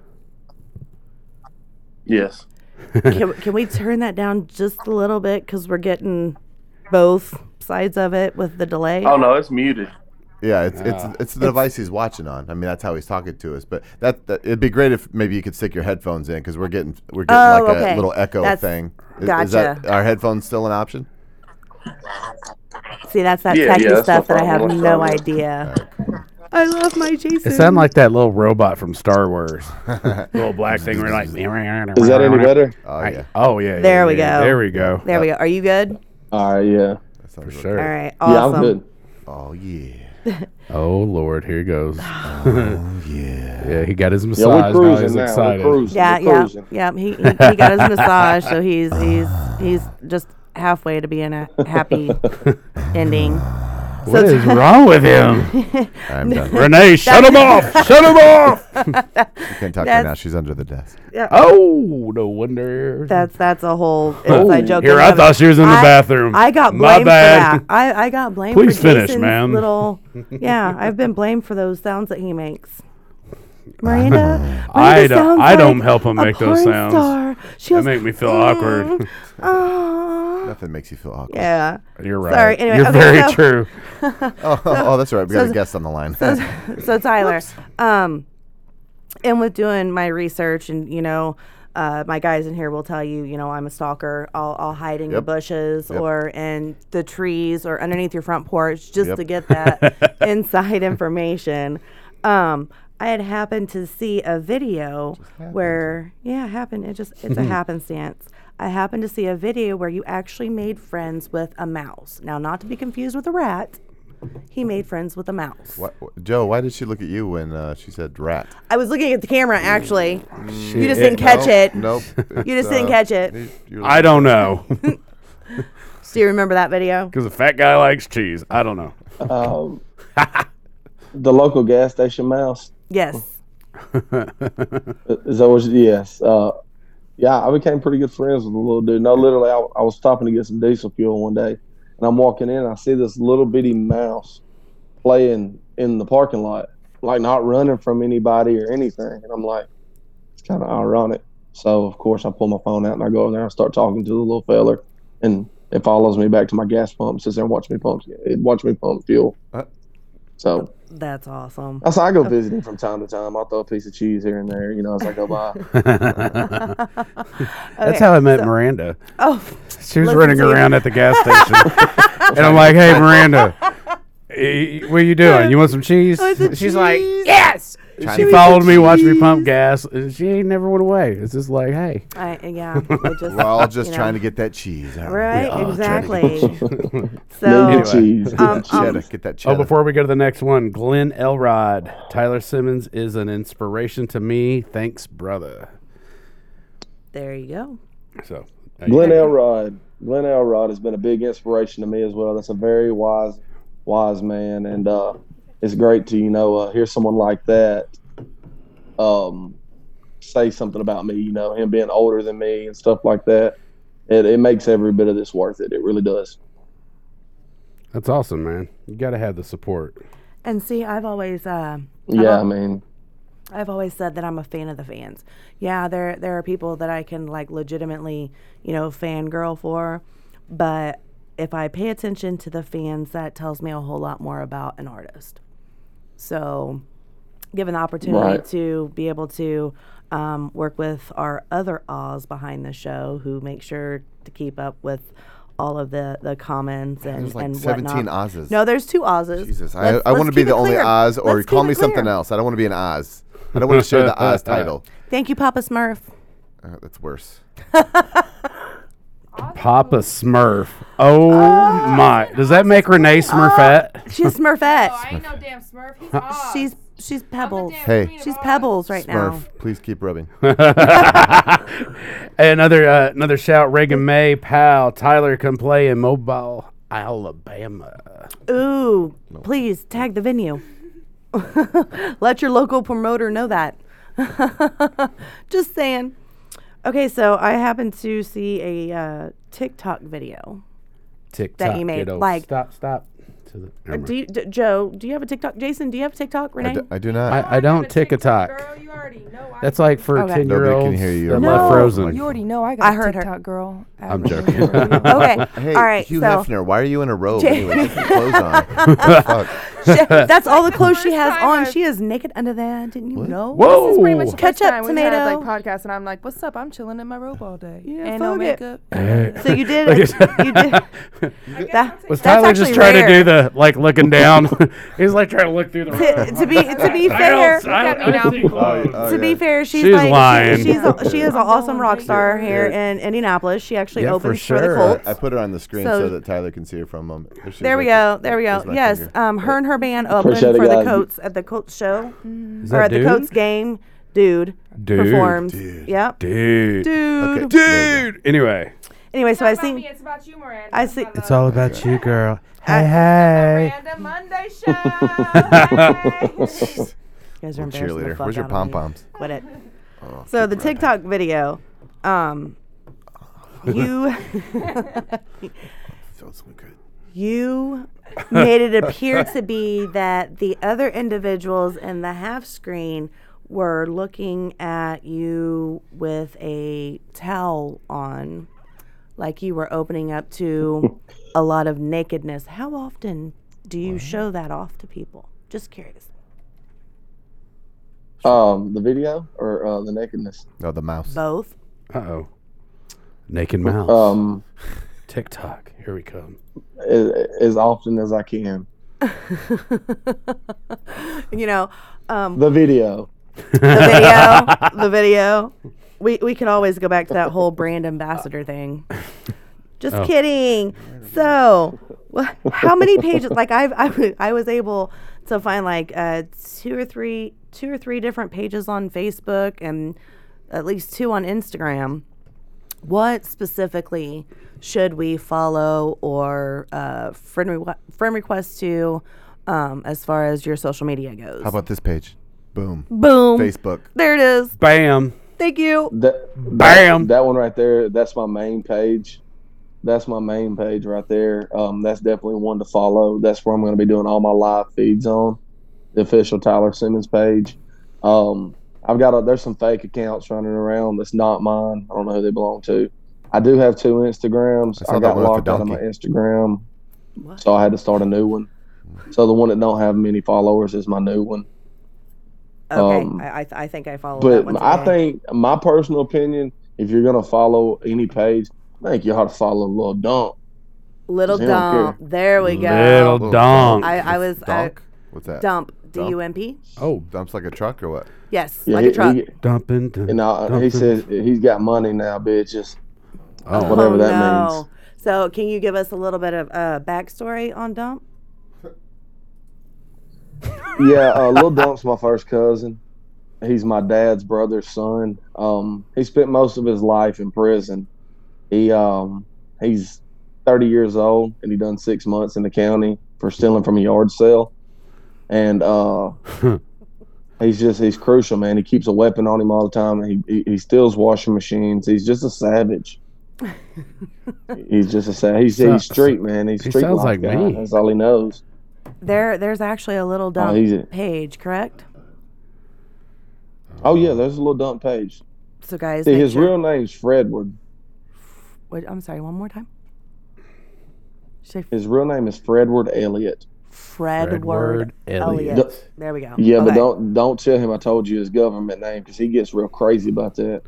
S6: Yes.
S1: can, can we turn that down just a little bit? Because we're getting both sides of it with the delay.
S6: Oh no, it's muted.
S2: Yeah, it's it's
S3: Ah.
S2: it's the device he's watching on. I mean, that's how he's talking to us. But that, that it'd be great if maybe you could stick your headphones in because we're getting we're getting
S1: Oh,
S2: like
S1: okay.
S2: a little echo
S1: That's-
S2: thing. I- Is that,
S1: gotcha.
S2: are headphones still an option?
S1: See, that's that
S6: Yeah, yeah,
S1: techie
S6: that's no
S1: stuff that I have
S6: problem. That's
S1: no
S6: all good.
S1: idea. I love my Jason.
S3: It sounded like that little robot from Star Wars. (laughs) little black thing. We're (laughs) like.
S9: Is that any better?
S2: Oh yeah,
S3: Oh yeah. yeah,
S1: There we
S3: yeah,
S1: go.
S3: There we go.
S1: There we go. Are you good?
S9: All right, yeah.
S2: that sounds
S3: For
S2: really-
S1: All
S3: sure.
S1: right.
S9: Yeah,
S1: Awesome.
S9: I'm good.
S2: Oh yeah,
S3: Oh Lord,
S1: (sighs)
S3: here goes.
S2: yeah.
S3: (laughs) Yeah, he got his
S9: Yeah,
S3: massage.
S9: we're
S3: now he's
S9: cruising now.
S3: excited.
S9: We're cruising.
S1: Yeah,
S9: we're
S1: yeah,
S9: cruising.
S1: yeah. He, he he got his massage, so he's he's he's just halfway to being a
S3: (laughs)
S1: happy ending.
S3: What is wrong with him?
S1: (laughs)
S2: I'm done. You
S3: Renee, shut him off! Shut him off!
S2: can't talk right
S1: That's-
S2: now. She's under the desk.
S3: Oh, no wonder.
S1: That's that's a whole inside joke.
S3: Here,
S1: that
S3: I
S1: haven't-
S3: thought she was in the
S1: I-
S3: bathroom.
S1: I got
S3: My
S1: blamed for
S3: bad.
S1: that. I, I got blamed
S3: Please
S1: for
S3: finish,
S1: Jason's
S3: ma'am. (laughs)
S1: little. Yeah, I've been blamed for those sounds that he makes. Miranda, Miranda
S3: I don't-
S1: sounds
S3: I don't
S1: like
S3: help him
S1: a
S3: make those
S1: porn
S3: sounds.
S1: Star. She
S3: That
S1: goes,
S3: make me feel awkward.
S1: "Mm,
S3: (laughs)
S1: aw."
S2: Nothing makes you feel awkward.
S1: Yeah.
S3: You're right.
S1: Sorry, anyway,
S3: You're
S1: okay,
S3: very
S1: so-
S3: true.
S2: (laughs) Oh, oh, that's right. We got
S1: so-
S2: a guest on the line. (laughs)
S1: (laughs) so Tyler, um, and with doing my research and you know, uh, my guys in here will tell you, you know, I'm a stalker. I'll, I'll hide in the
S2: Yep.
S1: bushes or in the trees or underneath your front porch just
S2: Yep.
S1: to get
S2: (laughs)
S1: that inside information. Um, I had happened to see a video where, yeah, it happened. It just,
S2: (laughs)
S1: it's a happenstance. I happened to see a video where you actually made friends with a mouse. Now, not to be confused with a rat, he made friends with a mouse.
S2: Why, Joe, why did she look at you when uh, she said rat?
S1: I was looking at the camera actually. You just
S3: Shit.
S1: didn't catch it.
S2: Nope.
S1: (laughs)
S2: Uh,
S1: You just didn't catch it.
S3: I don't know (laughs)
S1: Do you remember that video?
S2: (laughs)
S3: because a fat guy likes cheese. I
S1: (laughs)
S3: don't know.
S6: Um,
S9: (laughs)
S6: the local gas station mouse.
S1: Yes.
S6: Is that what? You, yes. Uh, yeah, I became pretty good friends with the little dude. No, literally, I, I was stopping to get some diesel fuel one day, and I'm walking in, and I see this little bitty mouse playing in the parking lot, like not running from anybody or anything. And I'm like, it's kind of ironic. So of course, I pull my phone out and I go in there and start talking to the little feller, and it follows me back to my gas pump, sits there and watch me pump, it watch me pump fuel.
S2: Uh.
S6: So
S1: That's
S2: (laughs)
S1: awesome. (laughs)
S6: I said, I go visiting from time to time. I'll throw a piece of cheese here and there, you know, as I go by.
S3: That's how I met Miranda.
S1: Oh,
S3: She was
S1: Listen
S3: running
S1: to you.
S3: around at the gas
S1: (laughs)
S3: station, and I'm like, "Hey, Miranda, eh, what are you doing? You want some cheese?" She's like, "Yes." She followed me, watched me pump gas, and she ain't never went away. It's just like, "Hey,
S1: I,
S2: (laughs)
S1: yeah. It just,
S2: We're all
S1: (laughs)
S2: just
S1: you know.
S2: trying to get that cheese. aren't we?
S1: right,
S2: Oh, trying to get
S1: exactly.
S6: Need
S1: so,
S2: (laughs)
S6: the cheese.
S1: um,
S2: that
S1: um,
S2: cheddar, get that
S3: Oh,
S2: cheddar.
S3: before we go to the next one, Glenn Elrod, Tyler Simmons is an inspiration to me. Thanks, brother.
S1: there you go.
S3: So, uh, (laughs)
S6: Glenn Elrod. Glenn Elrod has been a big inspiration to me as well. That's a very wise, wise man, and uh, it's great to you know uh, hear someone like that um, say something about me. You know, him being older than me and stuff like that. It, it makes every bit of this worth it. It really does.
S3: that's awesome, man. You got to have the support.
S1: And see, I've always, uh,
S6: Yeah, I mean,
S1: I've always said that I'm a fan of the fans. Yeah, there there are people that I can like legitimately, you know, fangirl for, but if I pay attention to the fans, that tells me a whole lot more about an artist. So, given the opportunity
S6: Right.
S1: to be able to um, work with our other Oz behind the show, who make sure to keep up with all of the the comments and
S2: There's like
S1: and
S2: 17
S1: whatnot.
S2: Oz's.
S1: No, there's two Oz's.
S2: Jesus, I,
S1: Let's-
S2: I
S1: let's
S2: want to be
S1: keep
S2: the
S1: it
S2: only
S1: clear.
S2: Oz, or
S1: Let's
S2: call
S1: keep
S2: me
S1: it
S2: something
S1: clear.
S2: else. I don't want to be an Oz. I don't want to share the
S3: (laughs)
S2: Oz title.
S1: Thank you, Papa Smurf.
S2: Uh, that's worse.
S3: Papa Smurf. Oh, my. Does that make Renee Smurfette?
S1: She's Smurfette.
S10: Oh, I ain't no damn Smurf. He's Oz.
S1: She's she's pebbles.
S2: Hey.
S1: She's pebbles right now.
S2: Smurf, please keep rubbing.
S3: another uh, another shout, Reagan May, pal, Tyler, come play in Mobile, Alabama.
S1: Ooh, please tag the
S10: (laughs)
S1: venue. (laughs) Let your local promoter know that. (laughs) Just saying. Okay, so I happened to see a uh, TikTok video.
S3: TikTok.
S1: you made,
S3: kiddo.
S1: like-
S3: stop, stop. To the, never mind.
S1: Do you, d- Joe? Do you have a TikTok? Jason, do you have TikTok?
S2: I
S1: Renee?
S3: (laughs)
S2: do, I do not.
S3: I, I don't TikTok.
S10: Girl, you already know. I
S3: That's like for
S1: Okay.
S3: ten year
S2: Nobody
S3: olds
S2: can hear you.
S3: that
S2: No.
S3: love
S2: Like-
S3: Frozen.
S5: You already know I got
S1: I heard
S5: a
S1: her.
S5: TikTok girl.
S3: I'm
S5: out of
S3: (laughs) joking.
S5: Louisville.
S1: okay.
S2: hey,
S1: All right.
S2: Hugh
S1: so
S2: Hefner, why are you in a robe?
S1: Ja- (laughs)
S2: anyway, Get some clothes on. Fuck.
S1: that's all the
S10: (laughs)
S1: clothes she has
S10: time
S1: on.
S10: I've-
S1: She is naked under there. Didn't you know?
S10: This is
S1: (laughs)
S10: pretty much the
S1: Ketchup,
S10: first time we've had,
S1: tomato.
S10: like podcast, and I'm like, "What's up? I'm chilling in my robe all day.
S1: Yeah,
S10: Ain't no
S1: fuck it.
S10: makeup.
S1: So you
S3: (laughs)
S1: did. you did. That,
S3: Was
S1: that's
S3: Tyler just
S1: actually
S3: trying
S1: rare.
S3: to do the like (laughs) looking down? He was like trying to look through the.
S1: to,
S3: (laughs)
S1: to be to be
S3: I
S1: fair,
S3: don't,
S1: to
S3: I
S10: Look at me
S3: don't, I see clothes.
S2: Oh,
S1: be
S2: yeah.
S1: fair, she's,
S3: She's
S1: like,
S3: lying.
S1: She, she's a, she is an awesome rock
S10: big
S1: star here
S2: Yeah.
S1: in Indianapolis. She actually
S3: Yeah, for
S1: opens for,
S3: sure.
S1: the Colts.
S2: I put her on the screen so,
S1: So-
S2: that Tyler can see her for a moment. There, she's
S1: there we
S2: right
S1: go. There we go.
S2: There's my
S1: Yes,
S2: finger.
S1: um, her and her band opened
S6: Appreciate it,
S1: for the
S6: guys.
S1: Coats at the Coats show
S3: Is
S1: or
S3: that
S1: at the
S3: dude?
S1: Coats game. Dude,
S3: Dude,
S1: performs.
S2: dude,
S1: Yep.
S3: Dude.
S1: Dude.
S2: Okay. There
S3: Dude. Anyway.
S1: Anyway, so I
S10: about me.
S1: seen.
S10: It's about you, Miranda.
S1: I
S10: It's
S1: see-
S10: about
S1: It's
S10: the
S3: about you, girl.
S1: Hey, (laughs)
S10: Miranda Monday show. Hey.
S1: You guys are
S2: you go.
S1: embarrassing the
S2: Cheerleader.
S1: fuck
S2: Where's your
S1: out of
S2: pom
S1: me.
S2: poms?
S1: Quit it. So the TikTok video, um, you (laughs)
S2: Feels good.
S1: you made it appear to be that the other individuals in the half screen were looking at you with a towel on, like you were opening up to a lot of nakedness. How often do you show that off to people? Just curious.
S6: Um, the video or uh, the nakedness?
S2: No, Oh, the mouse.
S1: Both.
S3: Uh oh. Naked mouse.
S6: um,
S3: TikTok. Here we come.
S6: as, as often as I can.
S1: (laughs) you know, um,
S6: The video.
S1: the video,
S2: (laughs)
S1: the video. We we could always go back to that whole brand ambassador thing. Just
S2: Oh.
S1: kidding. So, wha- how many pages? Like I've I, w- I was able to find like uh, two or three two or three different pages on Facebook and at least two on Instagram. What specifically should we follow or uh, friend requ friend request to um, as far as your social media goes?
S2: How about this page? Boom.
S1: Boom.
S2: Facebook.
S1: There it is.
S3: Bam.
S1: Thank you.
S6: That, that-
S3: Bam.
S6: That, one right there. That's my main page. That's my main page right there. Um, that's definitely one to follow. That's where I'm going to be doing all my live feeds on the official Tyler Simmons page. Um, I've got a, there's some fake accounts running around. That's not mine. I don't know who they belong to. I do have two Instagrams.
S2: I saw
S6: I,
S2: that
S6: got
S2: one with the
S6: locked out of my
S2: donkey.
S6: Instagram,
S1: What?
S6: so I had to start a new one. So the one that don't have many followers is my new one.
S1: Okay,
S6: Um,
S1: I I, th- I think I follow Oh, that one.
S6: But I
S1: today.
S6: think my personal opinion, if you're gonna follow any page, I think you ought to follow Lil Dump.
S1: little
S6: they don't care.
S1: dump. There we go.
S3: Little donk.
S1: I, I was uh, I,
S2: Donk. What's that?
S1: dump. D U M P.
S3: oh,
S2: Dumps like a truck or what?
S1: Yes,
S6: Yeah,
S1: like
S6: he,
S1: a truck.
S6: He,
S3: dumping. dun-
S6: and I, he
S3: dumping.
S6: says he's got money now, bitches.
S3: Oh.
S6: whatever that means.
S1: So can you give us a little bit of uh, backstory on dump?
S6: Yeah, uh, Lil Dump's my first cousin. He's my dad's brother's son. Um, he spent most of his life in prison. He um, he's 30 years old and he done six months in the county for stealing from a yard sale. And uh,
S3: (laughs)
S6: he's just he's crucial, man. He keeps a weapon on him all the time. He he, he steals washing machines. He's just a savage.
S3: (laughs)
S6: he's just a savage. He's,
S3: So-
S6: he's street man. He's
S3: he
S6: street
S3: sounds
S6: life
S3: like
S6: guy.
S3: me.
S6: That's all he knows.
S1: There, there's actually a little dump
S6: Oh, he's a-
S1: page, correct?
S6: Oh yeah, there's a little dump page.
S1: So guys,
S6: See,
S1: make
S6: his
S1: sure-
S6: real name's Fredward.
S1: Wait, I'm sorry. One more time. Say
S6: His real name is Fredward Elliott.
S1: Fred,
S3: Fred Word
S1: Word
S3: Elliott.
S1: Elliott.
S6: The-
S1: There we go.
S6: Yeah, but
S1: Okay.
S6: don't don't tell him I told you his government name because he gets real crazy about that.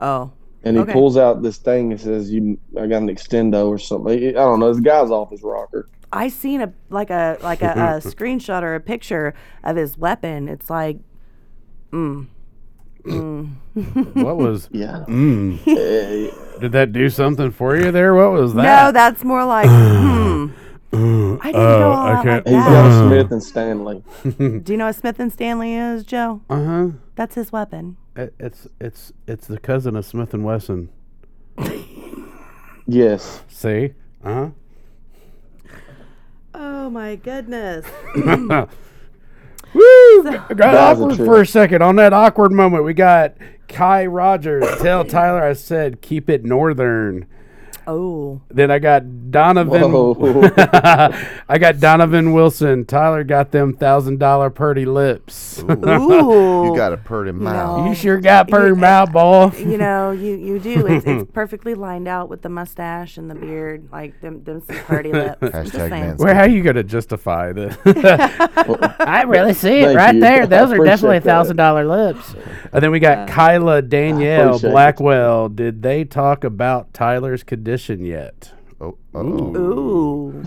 S1: Oh,
S6: And he
S1: Okay.
S6: pulls out this thing and says, "You, I got an extendo or something." I don't know. This guy's off his rocker.
S1: I seen a like a like a, a screenshot or a picture of his weapon. It's like, mm, mm.
S3: What was.
S6: Yeah.
S3: Mm,
S1: (laughs)
S6: Eh,
S3: did that do something for you there? What was
S1: no,
S3: that?
S1: that's more like, hmm.
S3: No,
S1: I didn't go all out like
S6: he's
S1: that.
S6: got a Smith and Stanley.
S1: Do you know what Smith and Stanley is, Joe?
S3: Uh huh.
S1: That's his weapon.
S3: It, it's it's it's the cousin of Smith and Wesson.
S6: Yes.
S3: See? Uh
S1: Oh my goodness!
S3: huh. (coughs) Woo! Got
S6: That was a
S3: awkward
S6: trip.
S3: for a second. On that awkward moment, we got Kai Rogers. (coughs) Tell Tyler I said keep it northern.
S1: (laughs) Oh,
S3: Then I got Donovan. (laughs)
S6: Whoa.
S3: I got Donovan Wilson. Tyler got them thousand dollar purdy lips.
S1: (laughs) ooh!
S2: You got a purty mouth.
S3: (laughs) you sure got purdy mouth, boy.
S1: You know, you you do. It's, it's perfectly lined out with the mustache and the beard, like them them some party lips. I'm just
S2: Hashtag
S1: saying.
S2: man's-
S3: Where how you gonna justify this? (laughs) I really see
S6: Thank you. I appreciate that.
S3: dollar lips. And then we got Kyla Danielle
S6: appreciate it.
S3: Blackwell. Did they talk about Tyler's condition yet?
S2: Oh, uh-oh.
S1: (laughs) Ooh!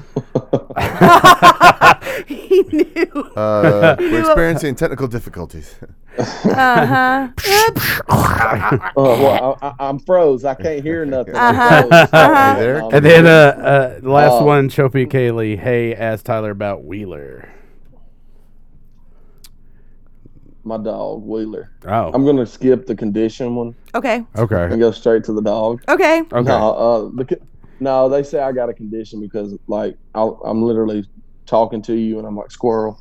S1: he knew.
S2: Uh,
S1: (laughs)
S2: we're experiencing technical difficulties. (laughs)
S1: Uh huh.
S6: Oh, well, I, I, I'm froze. I can't hear nothing. I'm
S1: Uh-huh.
S6: froze.
S1: Uh-huh.
S2: Hey there.
S6: Um,
S3: And then uh, uh last
S6: Oh.
S3: one, Chopi Kaylee. Hey, ask Tyler about Wheeler.
S6: my dog Wheeler.
S3: Oh,
S6: I'm gonna skip the condition one
S1: Okay.
S3: okay,
S6: and go straight to the dog.
S1: Okay.
S3: okay.
S6: No, uh, because, no, they say I got a condition because like I'll, I'm literally talking to you and I'm like squirrel,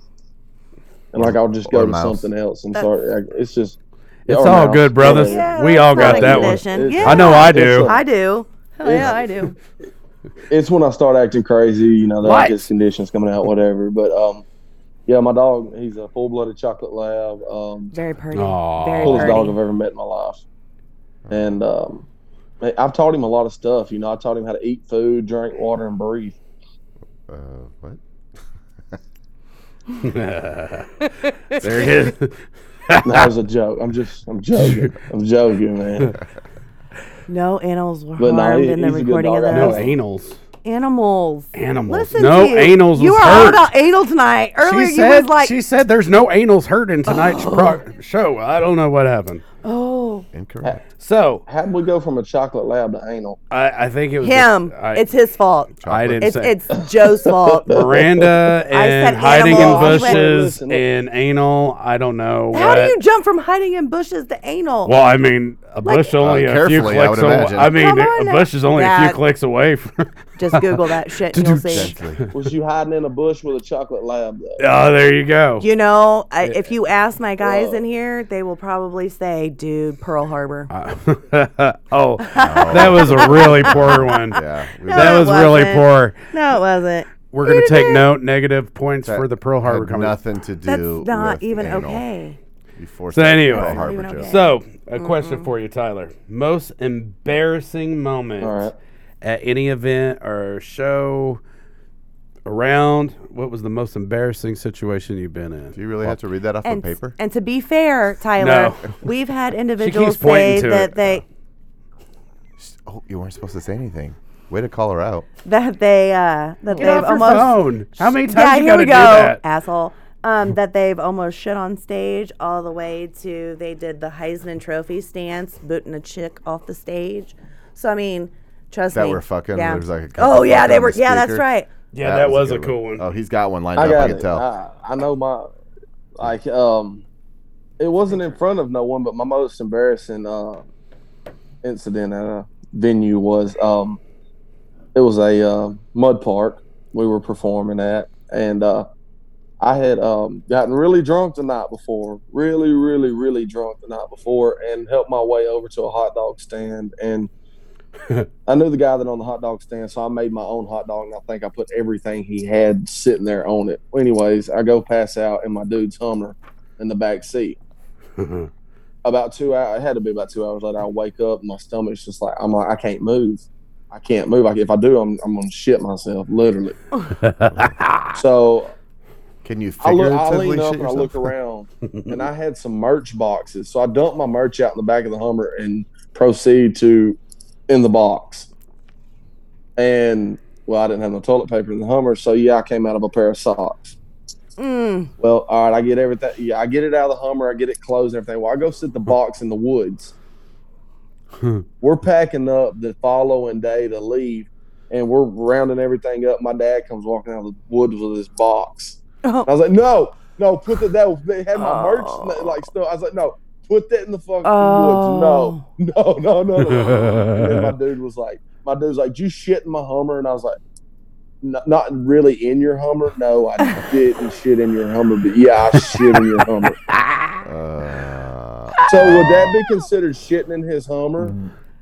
S6: and like I'll just go
S2: Or
S6: to
S2: mouse.
S6: something else. I'm
S1: That's-
S6: sorry, I, it's just
S3: It's
S6: or
S3: all
S6: mouse,
S3: good, brothers.
S6: whatever.
S1: Yeah,
S3: we
S1: that's
S3: all
S1: not
S3: got
S1: a
S3: that one.
S1: condition.
S6: It's-
S1: Yeah.
S3: I know I do.
S6: It's a-
S1: I do. Hell
S6: Yeah.
S1: yeah, I do.
S6: It's when I start acting crazy, you know,
S3: What?
S6: that his conditions coming out, whatever. But um, yeah, my dog, he's a full blooded chocolate lab, um,
S1: (laughs) Very pretty.
S3: Aw.
S1: Very
S6: coolest dog I've
S1: pretty.
S6: ever met in my life, and um, I- I've taught him a lot of stuff. You know, I taught him how to eat food, drink water, and breathe.
S2: Uh, what?
S3: (laughs) There it is.
S6: That was a joke. I'm just, I'm joking. I'm joking, man.
S1: No animals were
S6: But no,
S1: harmed
S6: he-
S1: in the
S6: he's a good
S1: recording of
S6: dog. I
S3: No
S6: know
S1: those.
S6: it.
S3: anals.
S1: Animals.
S3: Animals.
S1: Listen
S3: No
S1: to you.
S3: anals
S1: You
S3: was
S1: are all
S3: hurt.
S1: about anal tonight. Earlier
S3: she
S1: you
S3: said,
S1: was like,
S3: she said there's no anals hurt in
S6: (laughs)
S3: tonight's pro- show. I don't know what happened.
S1: oh,
S3: (laughs)
S2: Incorrect.
S3: So
S6: How did we go from a chocolate lab to anal?
S3: I, I think it was
S1: him.
S3: I,
S1: it's his fault.
S3: I didn't
S1: It's
S3: say
S1: it's
S3: (laughs)
S1: Joe's fault.
S3: Miranda
S1: (laughs) I said
S3: and hiding in
S1: animals. You went-
S3: bushes and anal. I don't know.
S1: How
S3: what.
S1: do you jump from hiding in bushes to anal?
S3: Well, I mean, a bush only
S2: Uh,
S3: a few
S2: carefully, I would
S3: clicks. away.
S2: imagine.
S3: I mean,
S1: Come on
S3: a
S1: now.
S3: bush is only a
S1: That-
S3: few clicks away (laughs) from.
S1: Just Google that shit
S3: (laughs)
S1: and you'll see.
S2: Gently.
S6: Was you hiding in a bush with a chocolate lab though?
S3: Oh, there you go.
S1: You know, I, if you ask my guys
S6: Whoa.
S1: in here, they will probably say, "Dude, Pearl Harbor."
S3: (laughs)
S1: (laughs)
S3: oh, that was a really poor one.
S2: Yeah. we
S1: No,
S3: That
S1: it
S3: was really
S1: wasn't.
S3: poor.
S1: no, it wasn't.
S3: We're gonna take note. Negative points
S2: That
S3: for the Pearl Harbor
S2: had
S3: comment.
S2: nothing to do.
S1: That's not
S2: with
S1: even
S2: anal.
S1: okay.
S2: You forced
S3: So
S2: that
S3: anyway.
S2: Pearl
S3: That's
S1: not
S2: Harbor
S1: even
S2: joke.
S1: okay.
S3: So, a question for you, Tyler. Most embarrassing moment
S6: All right.
S3: at any event or show around. What was the most embarrassing situation you've been in?
S2: Do you really have to read that off
S1: And
S2: of paper?
S1: and to be fair, Tyler,
S3: No.
S1: (laughs) we've had individuals
S3: pointing
S1: say
S3: to
S1: that
S3: it.
S1: they
S2: Oh, you weren't supposed to say anything. Way to call her out.
S1: that they uh, that
S3: Get
S1: they've
S3: off your
S1: almost
S3: phone. Oh, How many times
S1: yeah,
S3: you
S1: here
S3: gotta
S1: we
S3: do
S1: go,
S3: that?
S1: asshole. Um, that they've almost shit on stage all the way to they did the Heisman Trophy stance, booting a chick off the stage. So I mean, trust
S2: That
S1: me,
S2: were fucking.
S1: yeah.
S2: There's like a couple
S1: oh yeah,
S2: fucking
S1: they
S2: on
S1: were.
S2: the
S1: yeah, that's
S2: speaker.
S1: right.
S3: Yeah, that, was, a
S2: good
S3: cool one.
S2: Oh, he's got one lined
S6: I
S2: up. I
S6: got
S2: can
S6: it. Uh,
S2: tell.
S6: I, I know my like um it wasn't in front of no one, but my most embarrassing uh incident at a venue was um it was a uh, mud park we were performing at and uh I had um gotten really drunk the night before, really, really, really drunk the night before and helped my way over to a hot dog stand and I knew the guy that owned the hot dog stand, so I made my own hot dog, and I think I put everything he had sitting there on it. Anyways, I go pass out in my dude's Hummer in the back seat. about two hours, it had to be about two hours later. I wake up, and my stomach's just like I'm like I can't move. I can't move. Like if I do, I'm I'm gonna shit myself, literally. so
S2: Can you
S6: I look, I
S2: figuratively
S6: lean up
S2: shit
S6: and I look
S2: yourself?
S6: around,
S2: (laughs)
S6: and I had some merch boxes. So I dumped my merch out in the back of the Hummer and proceed to in the box. And well, I didn't have no toilet paper in the Hummer, so yeah, I came out of a pair of socks.
S1: Mm.
S6: Well, all right, I get everything. Yeah, I get it out of the Hummer, I get it closed and everything. Well, I go sit the box in
S2: (laughs)
S6: the woods. we're packing up the following day to leave, and we're rounding everything up. My dad comes walking out of the woods with his box.
S1: Oh.
S6: I was like, no, no, put that. That was, they had my merch
S1: Oh.
S6: like stuff. I was like, no, put that in the fucking
S1: Oh.
S6: woods. No, no, no, no. no. and then
S1: (laughs)
S6: my dude was like, my dude's like, "Did you shit in my Hummer, and I was like. "N- Not really in your Hummer. No, I didn't
S1: (laughs)
S6: shit in your Hummer, but yeah, I shit in your Hummer.
S2: Uh,
S6: So would that be considered shitting in his Hummer?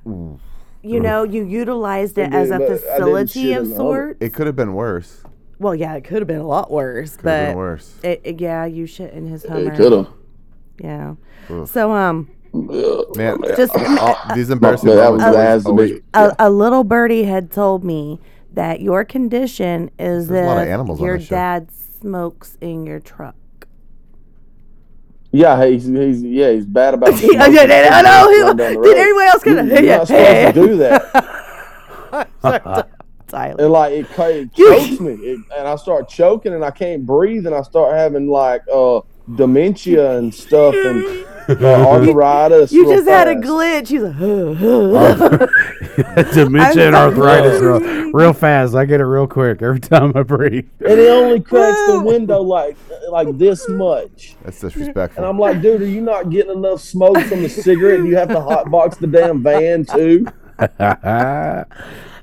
S1: Mm. You know, you utilized it as
S6: Yeah,
S1: a
S6: but I didn't
S1: facility
S6: shit
S1: of
S6: in the Hummer.
S1: sorts.
S2: it could have been worse.
S1: Well, yeah, it could have been a lot worse,
S2: Could have been
S1: but
S2: worse.
S1: it, it- yeah, you shit in his
S6: It
S1: Hummer.
S6: could have.
S1: Yeah.
S2: Oof.
S1: So um,
S2: Man, (coughs)
S1: just
S2: all- these embarrassing
S6: that was-
S2: moments always-
S6: that has to be-
S2: always-
S1: a, a little birdie had told me that your condition is
S2: There's a lot of
S1: that
S2: animals on
S1: your
S2: this show.
S1: dad smokes in your truck.
S6: Yeah, he's, he's yeah, he's
S1: (laughs)
S6: bad about.
S1: I know.
S6: Down the road.
S1: Did anyone else get (laughs)
S6: You're not supposed to do that.
S1: Tyler?
S6: And like it, ca- it chokes me, it, and I start choking, and I can't breathe, and I start having like uh dementia and stuff, and uh, arthritis.
S1: You
S6: real
S1: just had a
S6: fast.
S1: glitch. He's
S2: (laughs)
S1: like, (laughs) huh,
S2: Oh.
S1: huh.
S3: (laughs) Dementia and
S1: I'm sorry.
S3: arthritis real, (laughs) real fast. I get it real quick every time I breathe. (laughs)
S6: and it only cracks the
S1: Woo.
S6: window like like this much.
S2: That's
S6: And
S2: disrespectful.
S6: I'm like, dude, are you not getting enough smoke from the cigarette? Do you have to hotbox the damn van too?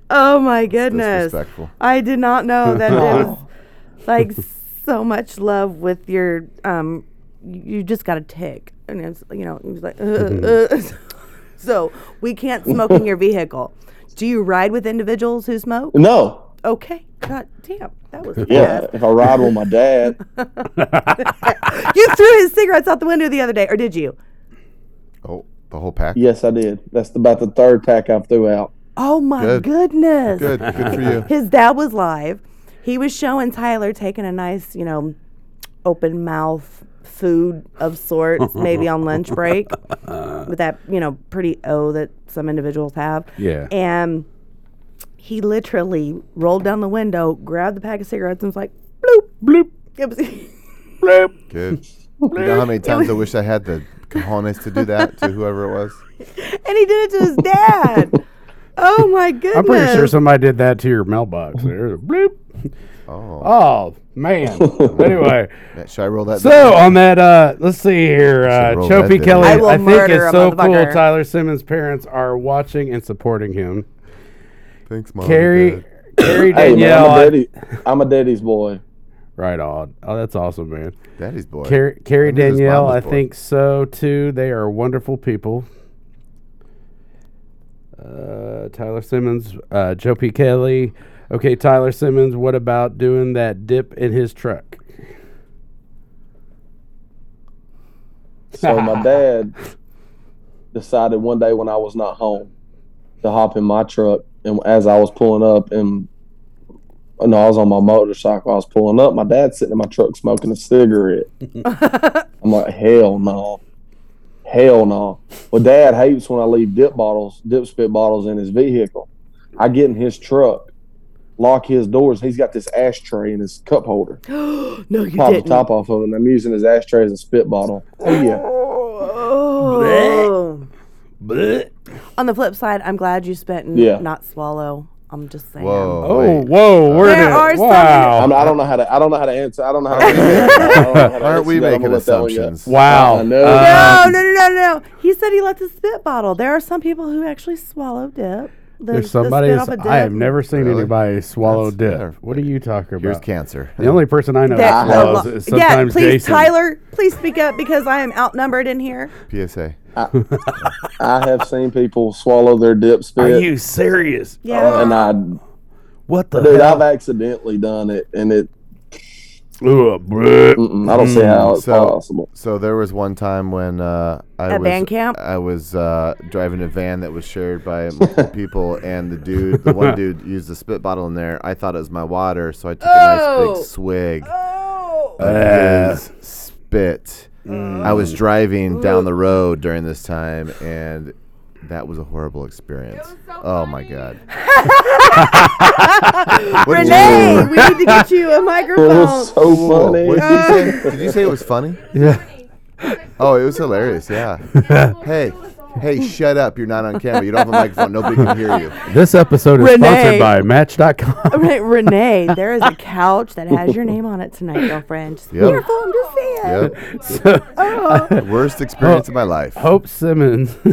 S1: oh my goodness!
S2: Disrespectful.
S1: I did not know that it
S2: (laughs)
S1: was like so much love with your um. You just got a tick, and it's you know he was like,
S2: Mm-hmm.
S1: uh, (laughs) uh. so we can't smoke in your vehicle. Do you ride with individuals who smoke?
S6: No.
S1: Okay, god damn, that
S2: (laughs)
S1: was
S6: Yeah,
S1: fast.
S6: if I ride with my dad,
S1: you threw his cigarettes out the window the other day, or did you?
S2: Oh, the whole pack.
S6: yes, I did. That's about the third pack I threw out.
S1: Oh my
S2: Good.
S1: goodness!
S2: Good. Good for you.
S1: (laughs) His dad was live. He was showing Tyler taking a nice, you know, open mouth food of sorts, maybe on lunch break, with that you know pretty O that some individuals have.
S3: Yeah.
S1: And he literally rolled down the window, grabbed the pack of cigarettes, and was like, bloop, bloop. It was. (laughs)
S2: Good. you know how many times I wish I had the cojones to do that to whoever it was?
S1: and he did it to his dad. oh my goodness!
S3: I'm pretty sure somebody did that to
S1: (laughs)
S3: your mailbox. There, bloop.
S2: Oh.
S3: Oh man. anyway,
S2: Should I roll that?
S3: so on that, uh, let's see here, uh,
S2: Should roll that
S3: Choppy
S2: video.
S3: Kelly.
S2: I
S1: will
S3: think
S1: murder
S3: it's
S1: a
S3: so cool.
S1: motherfucker.
S3: Tyler Simmons' parents are watching and supporting him.
S2: Oh, Thanks, Mom. and
S3: Carrie,
S2: Dad.
S3: Carrie
S6: Hey man,
S3: Danielle.
S6: I'm a
S3: I-
S6: daddy. I'm a daddy's boy.
S3: right on. Oh, that's awesome, man.
S2: Daddy's boy.
S3: Carrie, Carrie
S2: I knew this mom
S3: Danielle,
S2: was
S3: I
S2: boy.
S3: think so too. They are wonderful people. Uh, Tyler Simmons, uh, Joe P. Kelly. Okay, Tyler Simmons, what about doing that dip in his truck?
S6: So
S1: (laughs)
S6: my dad decided one day when I was not home to hop in my truck, and as I was pulling up, and no, I was on my motorcycle. I was pulling up. My dad's sitting in my truck smoking a
S1: (laughs)
S6: cigarette. I'm like, hell no, hell no. Well, Dad hates when I leave dip bottles, dip spit bottles in his vehicle. I get in his truck, lock his doors. He's got this ashtray in his cup holder.
S1: no, (gasps) you
S6: Pop the
S1: didn't.
S6: top off of it. And I'm using his ashtray as a spit bottle. Oh yeah.
S1: Oh.
S3: Blech.
S1: On the flip side, I'm glad you spit and
S6: Yeah.
S1: not swallow. I'm just saying.
S2: Whoa.
S3: Oh,
S2: wait.
S3: whoa, word
S1: There
S3: it.
S1: are some-
S3: wow.
S6: I'm, I don't know how to. I don't know how to answer. I don't know how to. I
S2: (laughs)
S6: don't know how to
S2: Aren't we
S6: answer that. I'm
S2: making
S6: gonna let that one go.
S2: assumptions?
S3: wow.
S6: I
S1: No,
S6: know.
S3: Uh,
S1: no, no, no, no. He said he left his spit bottle. There are some people who actually swallow dip. The,
S3: There's
S1: the
S3: somebody.
S1: spit
S3: that's-
S1: off a dip.
S3: I have never seen
S2: Really?
S3: anybody swallow
S2: That's
S3: dip.
S2: better.
S3: What are you talking
S2: Here's
S3: about?
S2: cancer.
S3: The only person I know
S1: That-
S3: that
S1: a
S3: swallows
S1: lo-
S3: is
S1: yeah,
S3: sometimes
S1: please,
S3: Jason.
S1: Tyler, please speak up because I am outnumbered in here.
S6: Oh,
S2: PSA.
S6: I have seen people swallow their dip
S3: Are
S6: spit, uh,
S3: you serious?
S1: Yeah.
S6: and I,
S3: What the
S6: dude, I've
S3: hell?
S6: accidentally done it, and it.
S3: Ooh, bleh.
S6: Mm-mm, I don't see how it's
S2: Mm, So-
S6: possible.
S2: So there was one time when uh, I
S1: At
S2: was
S1: band camp?
S2: I was uh, driving a van that was shared by multiple people, and the dude, the one dude, used a spit bottle in there. I thought it was my water, so I took a nice
S1: Oh.
S2: big swig
S1: Oh. Mm.
S2: of
S3: Yeah.
S2: his spit. I was driving down the road during this time, and that was a horrible experience. oh
S1: (laughs)
S2: my god! (laughs) What did you-
S1: Renee, we need to get you
S6: (laughs)
S1: a
S6: It
S1: microphone.
S6: was
S3: Oh.
S6: so
S2: Whoa,
S6: funny.
S2: what did, you say? did you say it was funny?
S3: Yeah.
S2: Oh, it was
S1: (laughs)
S2: hilarious. Yeah. hey, hey, shut up! You're not on camera. You don't have a microphone. Nobody can hear you.
S3: This episode is sponsored
S1: Renee.
S3: by Match.com.
S1: Re- Renee, there is a couch that has your name on it tonight, girlfriend. Just be
S2: Yep.
S1: careful, I'm just saying.
S2: Yep.
S3: so,
S2: Worst experience of my life.
S3: (laughs)
S1: Oh,
S3: Hope Simmons, (laughs)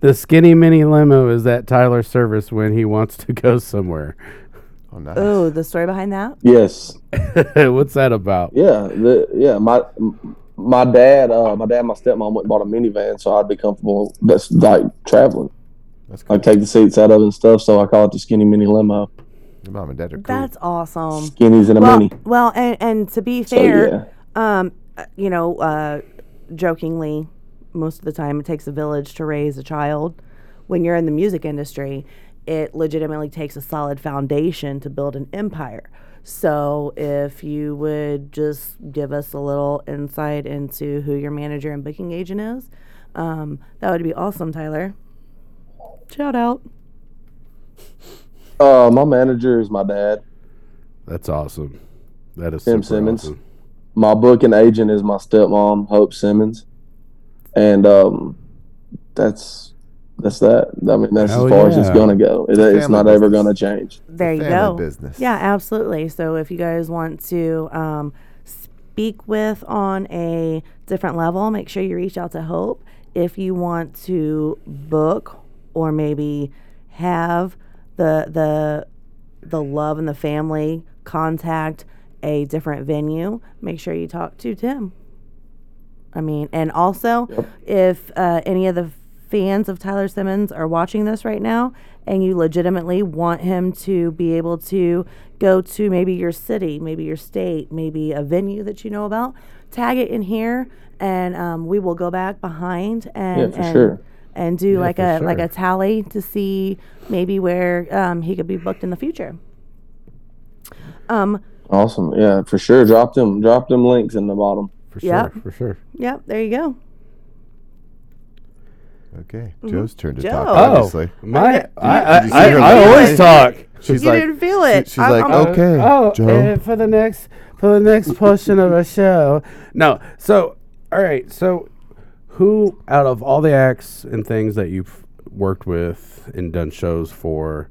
S3: the skinny mini limo is at Tyler's service when he wants to go somewhere. (laughs)
S2: Oh, nice.
S1: Oh, the story behind that?
S6: Yes.
S3: What's that about?
S6: Yeah. The, yeah. My. My dad, uh, my dad, and my stepmom went and bought a minivan, so I'd be comfortable. That's like traveling.
S2: That's cool.
S6: I take the seats out of it and stuff, so I call it the skinny mini limo.
S2: Your mom and dad are cool.
S1: That's awesome.
S6: Skinnies in a
S1: Well,
S6: mini.
S1: well and, and to be
S6: So,
S1: fair, um, uh, you know, uh, jokingly, most of the time it takes a village to raise a child. When you're in the music industry, it legitimately takes a solid foundation to build an empire. So if you would just give us a little insight into who your manager and booking agent is, um, that would be awesome, Tyler. Shout out.
S6: yeah. Uh, my manager is my dad.
S3: That's awesome. That is
S6: Tim
S3: super
S6: Simmons.
S3: awesome.
S6: my booking agent is my stepmom, Hope Simmons, and um, that's that's that. I mean, that's
S3: Hell
S6: as far as it's
S3: yeah.
S6: gonna go. It, it's
S2: family
S6: not ever
S2: business.
S6: gonna change.
S1: There you
S2: family
S1: go.
S2: business.
S1: Yeah, absolutely. So if you guys want to um, speak with on a different level, make sure you reach out to Hope. If you want to book or maybe have the the the love and the family contact a different venue, make sure you talk to Tim. I mean, and also, if uh, any of the fans of Tyler Simmons are watching this right now and you legitimately want him to be able to go to maybe your city, maybe your state, maybe a venue that you know about, tag it in here and um, we will go back behind and,
S6: Yeah, for
S1: and,
S6: sure.
S1: and do like
S3: for
S1: a like
S3: sure.
S1: a tally to see maybe where um, he could be booked in the future. Um,
S6: Awesome, yeah, for sure. Drop them, drop them links in the bottom.
S3: for
S1: Yep.
S3: sure, for sure.
S1: Yep, there you go.
S2: Okay, Joe's turn to
S1: Joe.
S2: talk.
S1: Oh.
S2: Obviously,
S3: My, I,
S2: did you see
S3: I, I,
S2: her
S3: I
S2: look?
S3: always talk.
S2: she's
S1: You
S2: like,
S1: didn't feel it.
S2: she- she's
S1: I'm-
S2: like,
S1: I'm-
S2: okay,
S3: Oh,
S2: Joe.
S3: and for the next for the next portion of our show. No, so all right, so who out of all the acts and things that you've worked with and done shows for,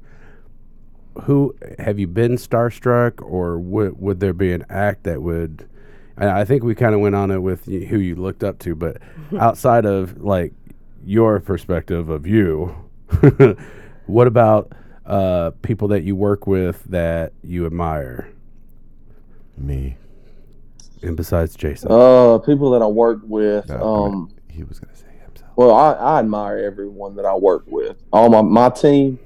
S3: who have you been starstruck, or would would there be an act that would? And I think we kind of went on it with y- who you looked up
S2: (laughs)
S3: to, but outside of like your perspective of you, (laughs) what about uh, people that you work with that you admire?
S2: me.
S3: And besides Jason,
S6: Uh, people that I work with.
S2: No, I mean-
S6: um,
S2: He was gonna say himself.
S6: Well, I, I admire everyone that I work with. All my, my team,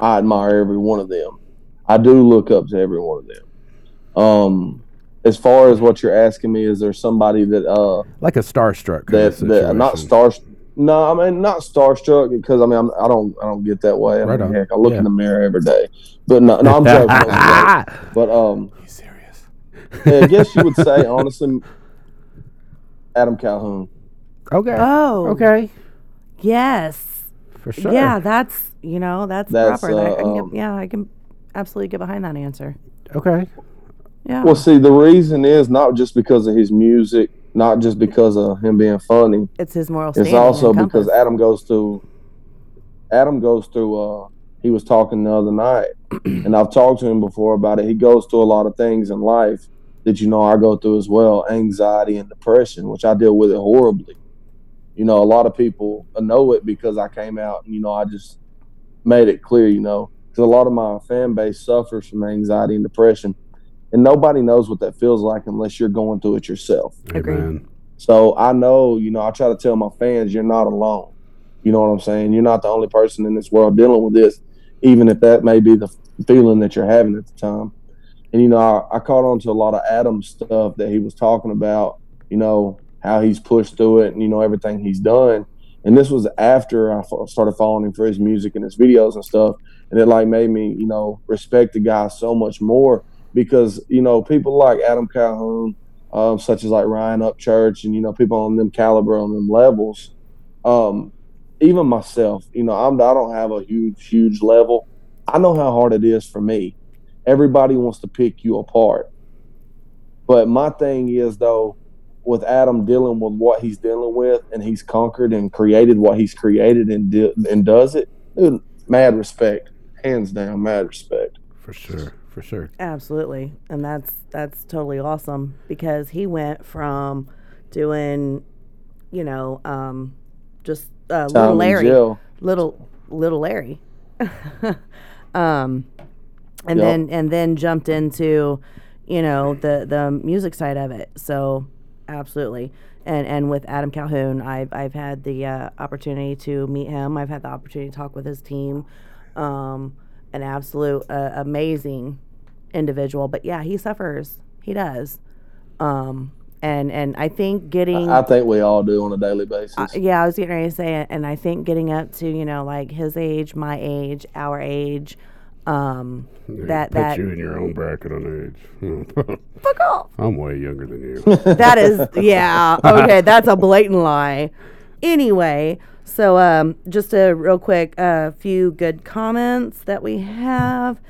S6: I admire every one of them. I do look up to every one of them. Um, as far as what you're asking me, is there somebody that uh
S3: like a starstruck kind
S6: that
S3: of
S6: that I'm not
S3: situation.
S6: star? No, I mean not starstruck because I mean I'm, I don't I don't get that way. I
S3: Right
S6: mean,
S3: on.
S6: heck, I look
S3: Yeah.
S6: in the mirror every day. But no, no I'm joking.
S3: (laughs)
S6: I'm
S2: (laughs)
S6: joking. But um,
S2: He's serious.
S6: yeah, I guess you would say honestly, Adam Calhoun.
S3: okay,
S1: Oh,
S3: okay,
S1: Yes.
S3: for sure.
S1: Yeah, that's you know that's,
S6: That's,
S1: proper. That- I can
S6: uh,
S1: get-
S6: um,
S1: yeah, I can absolutely get behind that answer.
S3: Okay.
S1: Yeah.
S6: Well, see, the reason is not just because of his music, not just because of him being funny.
S1: it's his moral standing.
S6: It's
S1: and
S6: also
S1: compass.
S6: because Adam goes through. Adam goes through. Uh, he was talking the
S1: (clears throat)
S6: other night, and I've talked to him before about it. He goes through a lot of things in life that you know I go through as well, anxiety and depression, which I deal with it horribly. You know, a lot of people know it because I came out and you know I just made it clear. You know, because a lot of my fan base suffers from anxiety and depression, and nobody knows what that feels like unless you're going through it yourself.
S1: Agreed.
S3: Amen.
S6: So I know, you know, I try to tell my fans, you're not alone. You know what I'm saying? You're not the only person in this world dealing with this, even if that may be the feeling that you're having at the time. And, you know, I, I caught on to a lot of Adam's stuff that he was talking about, you know, how he's pushed through it and, you know, everything he's done. And this was after I f- started following him for his music and his videos and stuff. And it, like, made me, you know, respect the guy so much more because, you know, people like Adam Calhoun, um, such as like Ryan Upchurch and you know people on them caliber on them levels. Um, even myself, you know, I'm I don't have a huge huge level. I know how hard it is for me. Everybody wants to pick you apart, but my thing is though, with Adam dealing with what he's dealing with, and he's conquered and created what he's created and di- and does it. Dude, mad respect, hands down, mad respect.
S3: For sure. For sure.
S1: Absolutely, and that's that's totally awesome because he went from doing, you know, um, just uh,
S6: Time
S1: little
S6: in
S1: Larry,
S6: jail.
S1: little little Larry, (laughs) um, and
S6: Yep.
S1: then and then jumped into, you know, the the music side of it. So absolutely, and and with Adam Calhoun, I've I've had the uh, opportunity to meet him. I've had the opportunity to talk with his team. Um, an absolute uh, amazing individual, but yeah, he suffers. He does. Um, and and I think getting
S6: I think we all do on a daily basis.
S1: uh, yeah, I was getting ready to say it, and I think getting up to you know like his age, my age, our age, um, that
S3: Put
S1: that
S3: you in your own bracket on age. (laughs)
S1: fuck off.
S3: I'm way younger than
S6: (laughs)
S3: you.
S1: That is yeah okay. That's a blatant lie. Anyway, so um, just a real quick, uh, few good comments that we have.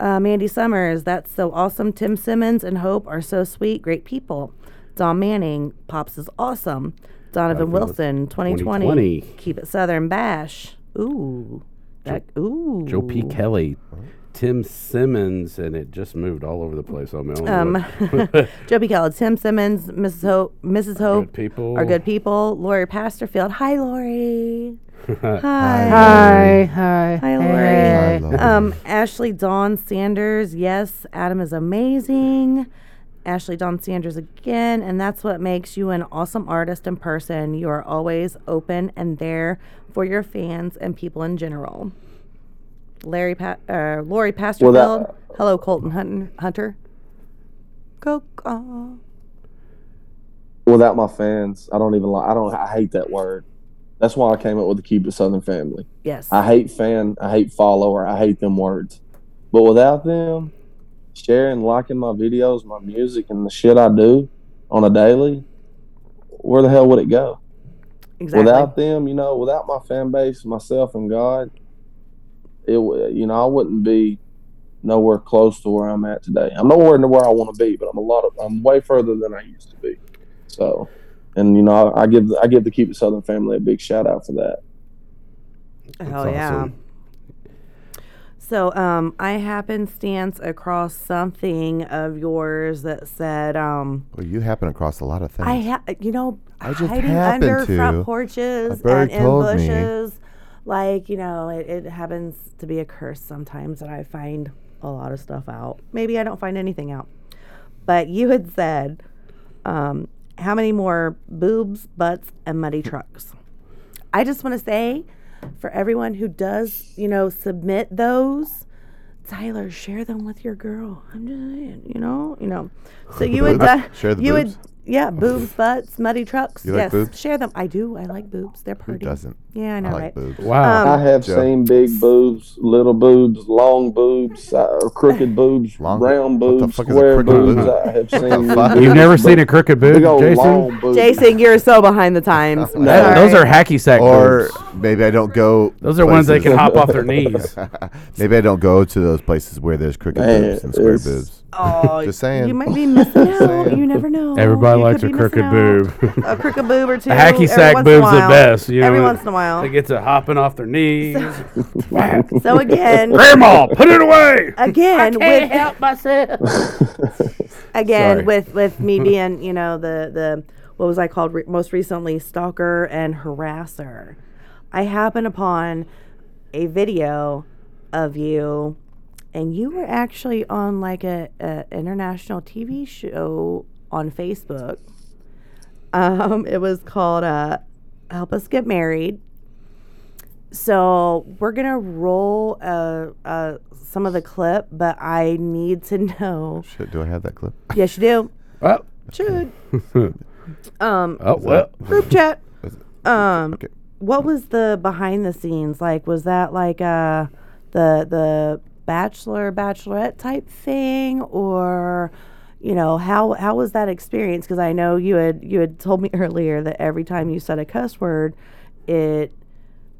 S1: Uh, Mandy Summers, that's so awesome. Tim Simmons and Hope are so sweet, great people. Don Manning, Pops is awesome. Donovan Wilson, 2020,
S3: 2020.
S1: keep it Southern Bash. Ooh, that ooh.
S3: Joe P. Kelly, Tim Simmons, and it just moved all over the place. I'm
S1: Um,
S3: um,
S1: (laughs) Joe P. Kelly, Tim Simmons, Mrs. Hope, Mrs. Hope,
S3: people.
S1: are good people. Lori Pastorfield, hi Lori.
S2: Hi.
S1: Hi.
S2: Hi.
S1: Hi, Lori.
S2: Lori.
S1: Um, Ashley Dawn Sanders. Yes, Adam is amazing. Ashley Dawn Sanders again. And that's what makes you an awesome artist in person. You are always open and there for your fans and people in general. Larry pa- uh, Lori Pastorfield.
S6: that-
S1: Hello, Colton Hun- Hunter. Go, oh.
S6: without my fans, I don't even like. I don't. I hate that word. That's why I came up with the Keep It Southern Family.
S1: Yes.
S6: I hate fan. I hate follower. I hate them words. But without them, sharing, liking my videos, my music, and the shit I do on a daily, where the hell would it go?
S1: Exactly.
S6: Without them, you know, without my fan base, myself, and God, it w- you know I wouldn't be nowhere close to where I'm at today. I'm nowhere near where I want to be, but I'm a lot of I'm way further than I used to be. So, and you know, I, I give I give the Keep It Southern family a big shout out for that.
S1: Hell yeah.
S3: awesome.
S1: So um, I happenstance across something of yours that said, um,
S2: Well, you happen across a lot of things.
S1: I ha- you know,
S2: I just
S1: hiding
S2: happened
S1: under
S2: to.
S1: front porches
S2: A bird
S1: and in
S2: told me.
S1: bushes. Like, you know, it, it happens to be a curse sometimes that I find a lot of stuff out. Maybe I don't find anything out. But you had said, um, how many more boobs, butts, and
S2: (laughs)
S1: muddy trucks? I just want to say for everyone who does, you know, submit those, Tyler, share them with your girl. I'm just saying, you know, you know. So you
S2: (laughs)
S1: would
S2: Share the
S1: you
S2: boobs?
S1: would yeah,
S2: (laughs)
S1: boobs, butts, muddy trucks.
S2: You like
S1: yes,
S2: boobs?
S1: share them. I do. I like boobs. They're
S2: Who
S1: pretty.
S2: doesn't?
S1: Yeah, I know,
S2: I like
S1: right? Um,
S2: boobs.
S3: Wow.
S6: Oh, I have
S2: Joe.
S6: seen big boobs, little boobs, long boobs, uh, crooked boobs,
S2: Long-
S6: round
S2: what the
S6: boobs,
S2: fuck is a
S6: square
S2: crooked
S6: boobs.
S2: boob? (laughs)
S6: I have seen
S2: fuck?
S3: You've never
S6: boobs,
S3: seen
S6: but
S3: a crooked boob,
S6: big old
S3: Jason?
S6: long boobs.
S1: Jason, you're so behind the
S2: (laughs)
S1: times.
S2: No,
S1: Sorry.
S3: That- those
S6: (laughs)
S3: are hacky sack
S2: Or
S3: boobs.
S2: maybe I don't go.
S3: Those are ones that
S2: places-
S3: can hop off
S2: (laughs)
S3: their knees.
S2: maybe I don't go to those places where there's crooked
S6: Man,
S2: boobs and square
S6: it's-
S2: boobs.
S1: Oh,
S2: Just saying.
S1: You might be missing out.
S2: saying.
S1: You never know.
S3: Everybody
S1: You
S3: likes
S1: could
S3: a
S1: be
S3: crooked
S1: missing out.
S3: boob.
S1: A crooked boob or two.
S3: (laughs) A hacky
S1: every
S3: sack
S1: once in a
S3: boob's the
S1: while.
S3: best. You know,
S1: every
S3: it-
S1: once in a while.
S3: They get to hopping off their
S1: (laughs)
S3: knees. Whack. (laughs)
S1: So again,
S3: Grandma, put it away.
S1: again, with
S6: (laughs)
S1: again
S3: Sorry.
S1: with with me being you know the the what was I called re- most recently stalker and harasser. I happened upon a video of you, and you were actually on like a, a international TV show on Facebook. Um, it was called uh, "Help Us Get Married." So we're gonna roll uh, uh, some of the clip, but I need to (laughs) know.
S2: Shit, do I have that clip?
S1: Yes, you do.
S3: Well,
S1: Should. Uh, (laughs) um,
S3: oh well.
S1: group chat.
S2: Is-
S1: Um,
S2: Okay.
S1: what was the behind the scenes like? Was that like uh the the bachelor bachelorette type thing, or you know how how was that experience? Because I know you had you had told me (laughs) earlier that every time you said a cuss word, it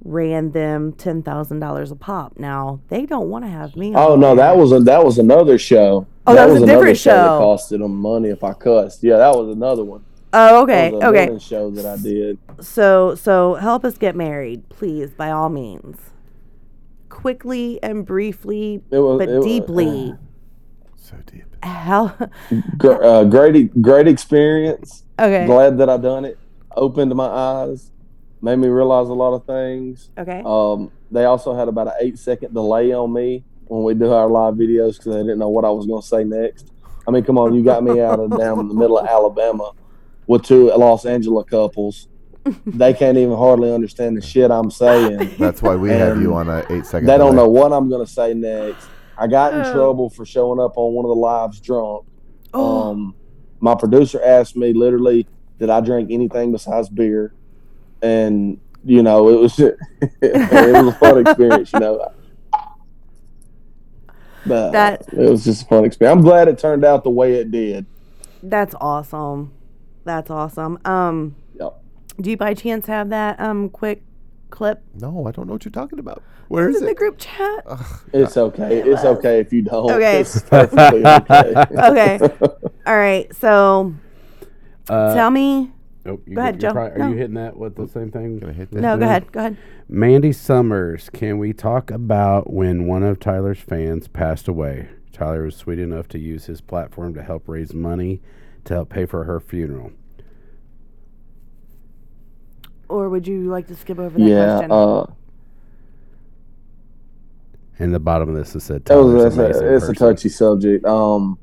S1: ran them ten thousand dollars a pop. Now they don't want to have me.
S6: Oh
S1: on
S6: no,
S1: there.
S6: that was a, that was another show.
S1: Oh, that was a
S6: another
S1: different show.
S6: that costed them money if I cussed. Yeah, that was another one.
S1: Oh, okay,
S6: That was a
S1: okay.
S6: villain Show that I did.
S1: So, so help us get married, please, by all means. Quickly and briefly,
S6: It was,
S1: but
S6: it was-
S1: deeply.
S2: So deep.
S1: Hell, (laughs)
S6: Gr- uh, great, great experience.
S1: okay,
S6: Glad that I done it. Opened my eyes. Made me realize a lot of things.
S1: okay.
S6: Um, they also had about an eight second delay on me when we do our live videos because they didn't know what I was going to say next. I mean, come on, you got me out of down in the middle of Alabama with two Los Angeles couples. They can't even hardly understand the shit
S2: (laughs)
S6: I'm saying.
S2: That's why we have you on
S6: And
S2: a eight second.
S6: They don't
S2: delay.
S6: know what I'm going to say next. I got in
S1: Oh.
S6: trouble for showing up on one of the lives drunk.
S1: Oh,
S6: Um, my producer asked me literally, did I drink anything besides beer? And you know, it was (laughs) it was a fun experience. You know, But
S1: That-
S6: it was just a fun experience. I'm glad it turned out the way it did.
S1: that's awesome. That's awesome. Um,
S6: Yep.
S1: do you by chance have that um quick clip
S2: No, I don't know what you're talking about. Where
S1: in
S2: is
S1: the
S2: it?
S1: group
S6: (laughs)
S1: chat?
S6: It's
S3: Uh,
S6: okay. It's okay if you don't.
S1: Okay. (laughs)
S6: It's perfectly okay. (laughs)
S1: Okay. All right. So
S3: Uh,
S1: tell me.
S3: oh, you
S1: go ahead,
S3: you're
S1: Joe.
S3: Are
S1: No.
S3: you hitting that with the same thing?
S2: Gonna hit that.
S1: No,
S3: mm-hmm.
S1: go ahead. Go ahead.
S3: Mandy Summers, can we talk about when one of Tyler's fans passed away? Tyler was sweet enough to use his platform to help raise money to help pay for her funeral.
S1: Or would you like to skip over that
S6: Yeah.
S1: question?
S6: Uh,
S3: And the bottom of this is said
S6: that was,
S3: Tyler's
S6: that's
S3: amazing
S6: a, it's a
S3: person.
S6: touchy subject. Um,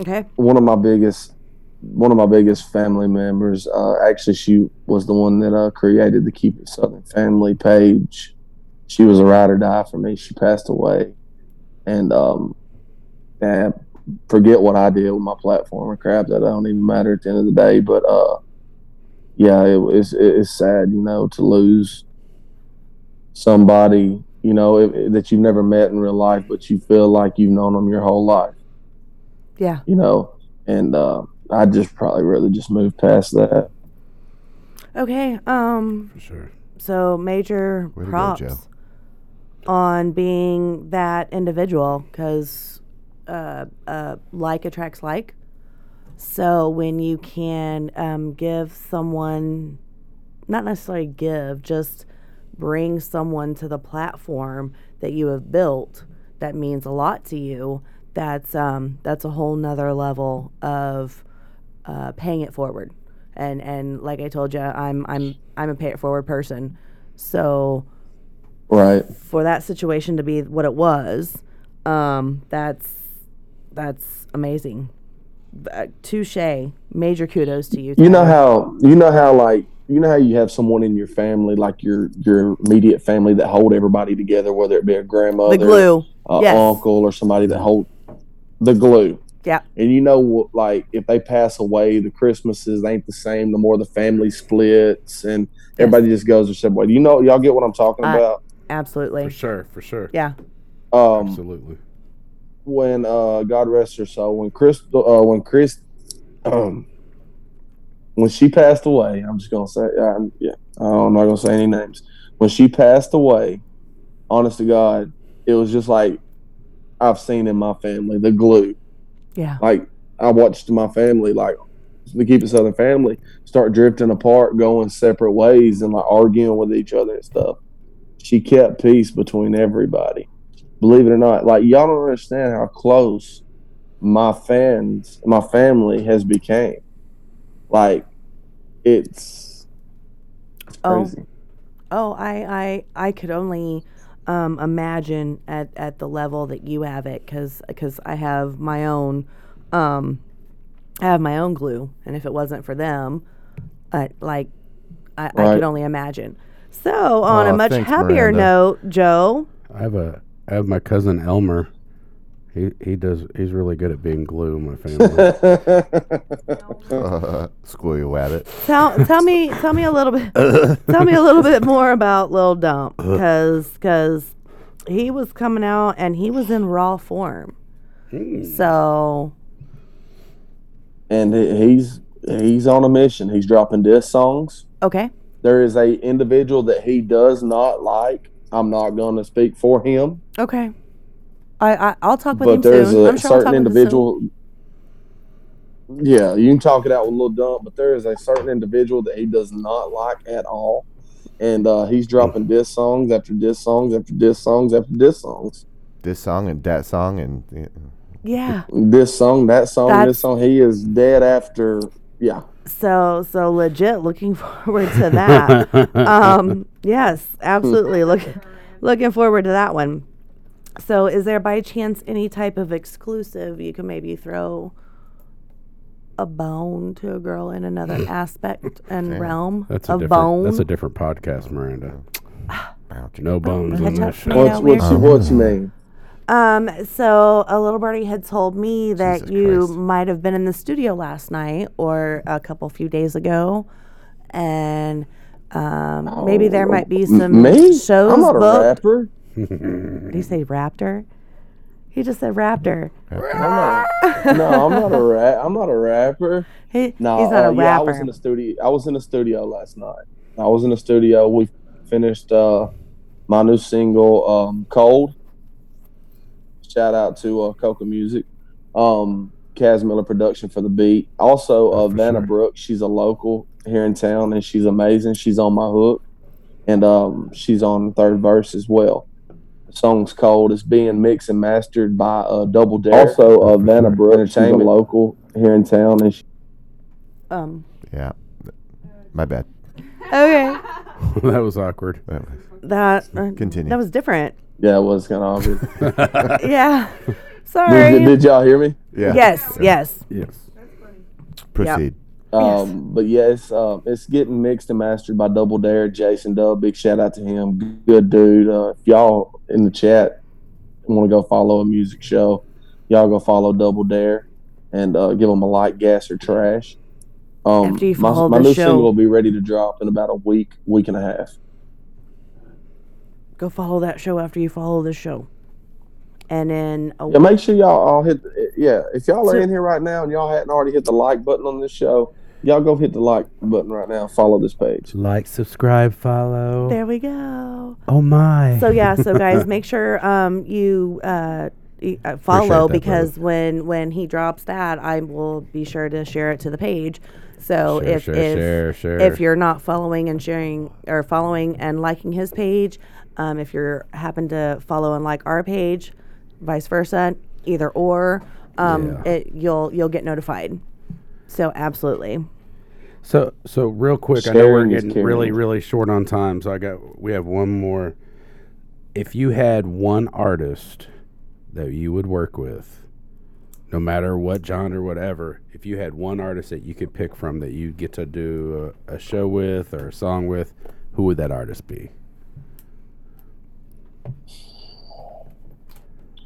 S1: okay.
S6: one of my biggest one of my biggest family members uh, actually she was the one that uh, created the keep it southern family page she was a ride or die for me she passed away and um and forget what i did with my platform or crap that don't even matter at the end of the day but uh yeah it, it's it's sad you know to lose somebody you know if, that you've never met in real life but you feel like you've known them your whole life
S1: Yeah.
S6: you know, and uh, I just probably rather just move past that.
S1: Okay. Um.
S3: for sure.
S1: So major
S2: Way to go,
S1: props
S2: Joe.
S1: on being that individual because uh, uh, like attracts like. So when you can um, give someone, not necessarily give, just bring someone to the platform that you have built that means a lot to you. That's um, that's a whole nother level of uh, paying it forward. And and like I told you, I'm I'm I'm a pay it forward person. So
S6: Right.
S1: for that situation to be what it was, um, that's that's amazing. Uh, touche. Major kudos to you.
S6: You know
S1: Tyler.
S6: how you know how like you know how you have someone in your family, like your your immediate family, that hold everybody together, whether it be a grandmother,
S1: the glue.
S6: a
S1: Yes.
S6: uncle, or somebody that hold the glue.
S1: Yeah.
S6: And you know what? Like if they pass away, the Christmases ain't the same. The more the family splits, and everybody just goes their separate way. You know, y'all get what I'm talking
S1: I-
S6: about.
S1: Absolutely.
S3: For sure, for sure.
S1: Yeah.
S6: Um,
S3: Absolutely.
S6: when uh God rest her soul, when Chris uh, when Chris um when she passed away, I'm just gonna say um, yeah, I'm not gonna say any names. When she passed away, honest to God, it was just like I've seen in my family the glue.
S1: Yeah.
S6: Like I watched my family, like the Keep It Southern family, start drifting apart, going separate ways, and like arguing with each other and stuff. She kept peace between everybody. Believe it or not, like y'all don't understand how close my fans, my family has became. Like it's, it's
S1: Oh.
S6: crazy.
S1: Oh, I, I, I could only um, imagine at, at the level that you have it, because I have my own, um, I have my own glue, and if it wasn't for them, uh, like I, I
S6: Right.
S1: could only imagine. So, on a
S2: Aw,
S1: much
S2: thanks,
S1: happier
S2: Miranda.
S1: note, Joe.
S3: I have a I have my cousin Elmer. He he does he's really good at being glue
S6: (laughs)
S3: in my family.
S2: (laughs) School you wabbit.
S1: tell tell me tell me a little
S2: (laughs)
S1: bit tell me a little bit more about Lil Dump because he was coming out and he was in raw form. So
S6: and he- he's he's on a mission. He's dropping diss songs.
S1: okay,
S6: there is a individual that he does not like. I'm not going to speak for him,
S1: okay. I, I I'll talk with him
S6: but there's
S1: soon.
S6: a
S1: I'm sure I'll talk
S6: certain
S1: with him soon.
S6: individual. Yeah, you can talk it out with a little dump, but there is a certain individual that he does not like at all, and uh, he's dropping diss songs after diss songs after diss songs after diss songs.
S2: This song and that song and
S1: Yeah.
S2: yeah.
S6: This song, that song,
S1: That's-
S6: this song. He is dead after. Yeah,
S1: So so legit. Looking (laughs) forward to that. um, yes, absolutely. Look, looking forward to that one. So, is there by chance any type of exclusive you can maybe throw a bone to a girl in another aspect and realm
S3: That's a
S1: of
S3: different
S1: bone?
S3: that's a different podcast, Miranda.
S2: Ouch.
S3: No bones in
S1: Touch
S3: this
S1: me now,
S3: show.
S6: what's
S1: we're-
S6: what's what's you mean?
S1: um, so a little birdie had told me that
S2: Jesus
S1: you
S2: Christ.
S1: might have been in the studio last night or a couple few days ago, and um, maybe there might be some
S6: Oh, Me?
S1: shows
S6: I'm not a
S1: booked.
S6: rapper.
S1: Did he say raptor? He just said raptor.
S6: No, I'm not a rap. I'm not a rapper.
S1: He,
S6: No,
S1: he's not
S6: uh,
S1: a
S6: yeah, I
S1: rapper.
S6: was in the studio. I was in the studio last night. I was in the studio. We finished uh, my new single, um, "Cold." Shout out to uh, Coca Music, um, Kaz Miller Production for the beat. Also,
S3: Oh,
S6: uh,
S3: for
S6: Vanna
S3: sure.
S6: Brooks. She's a local here in town, and she's amazing. She's on my hook, and um, she's on third verse as well. The song's "Cold." It's being mixed and mastered by uh, Double Dare. Also, uh, Vanna Brooks. She's a local here in town, and she,
S1: um,
S2: Yeah. My bad.
S1: okay,
S3: (laughs) that was awkward.
S2: That was-
S1: that uh,
S2: Continue.
S1: That was
S6: (laughs)
S1: different.
S6: yeah, it was kind of obvious. (laughs)
S1: Yeah, sorry.
S6: did, did y'all hear me?
S2: Yeah.
S1: yes, yes.
S3: Yes.
S1: Yes.
S2: Proceed.
S6: Um, but yeah, it's um, it's getting mixed and mastered by Double Dare, Jason Dub. Big shout out to him, good dude. Uh, if y'all in the chat want to go follow a music show, y'all go follow Double Dare and uh, give them a like, gas or trash. Um,
S1: After you
S6: my,
S1: follow
S6: my
S1: the
S6: new
S1: show.
S6: single will be ready to drop in about a week, week and a half.
S1: Go follow that show after you follow this show, and then oh, a
S6: Yeah, make sure y'all all hit. Yeah, if y'all
S1: So-
S6: are in here right now and y'all hadn't already hit the like button on this show, Y'all go hit the like button right now. Follow this page.
S11: Like, subscribe, follow.
S1: There we go.
S11: Oh my.
S1: So yeah,
S3: (laughs)
S1: so guys, make sure um, you uh, y- uh, follow
S11: that,
S1: because when when he drops that, I will be sure to share it to the page. So
S3: Share,
S1: if
S3: share,
S1: if,
S3: share, share.
S1: if you're not following and sharing or following and liking his page, um, if you're happen to follow and like our page, vice versa, either or, um,
S3: Yeah.
S1: it, you'll you'll get notified. So absolutely.
S3: So so real quick, I know we're
S6: Sharing is
S3: getting really
S6: caring.
S3: really short on time, so I got we have one more. If you had one artist that you would work with, no matter what genre, whatever, if you had one artist that you could pick from that you get to do a, a show with or a song with, who would that artist be?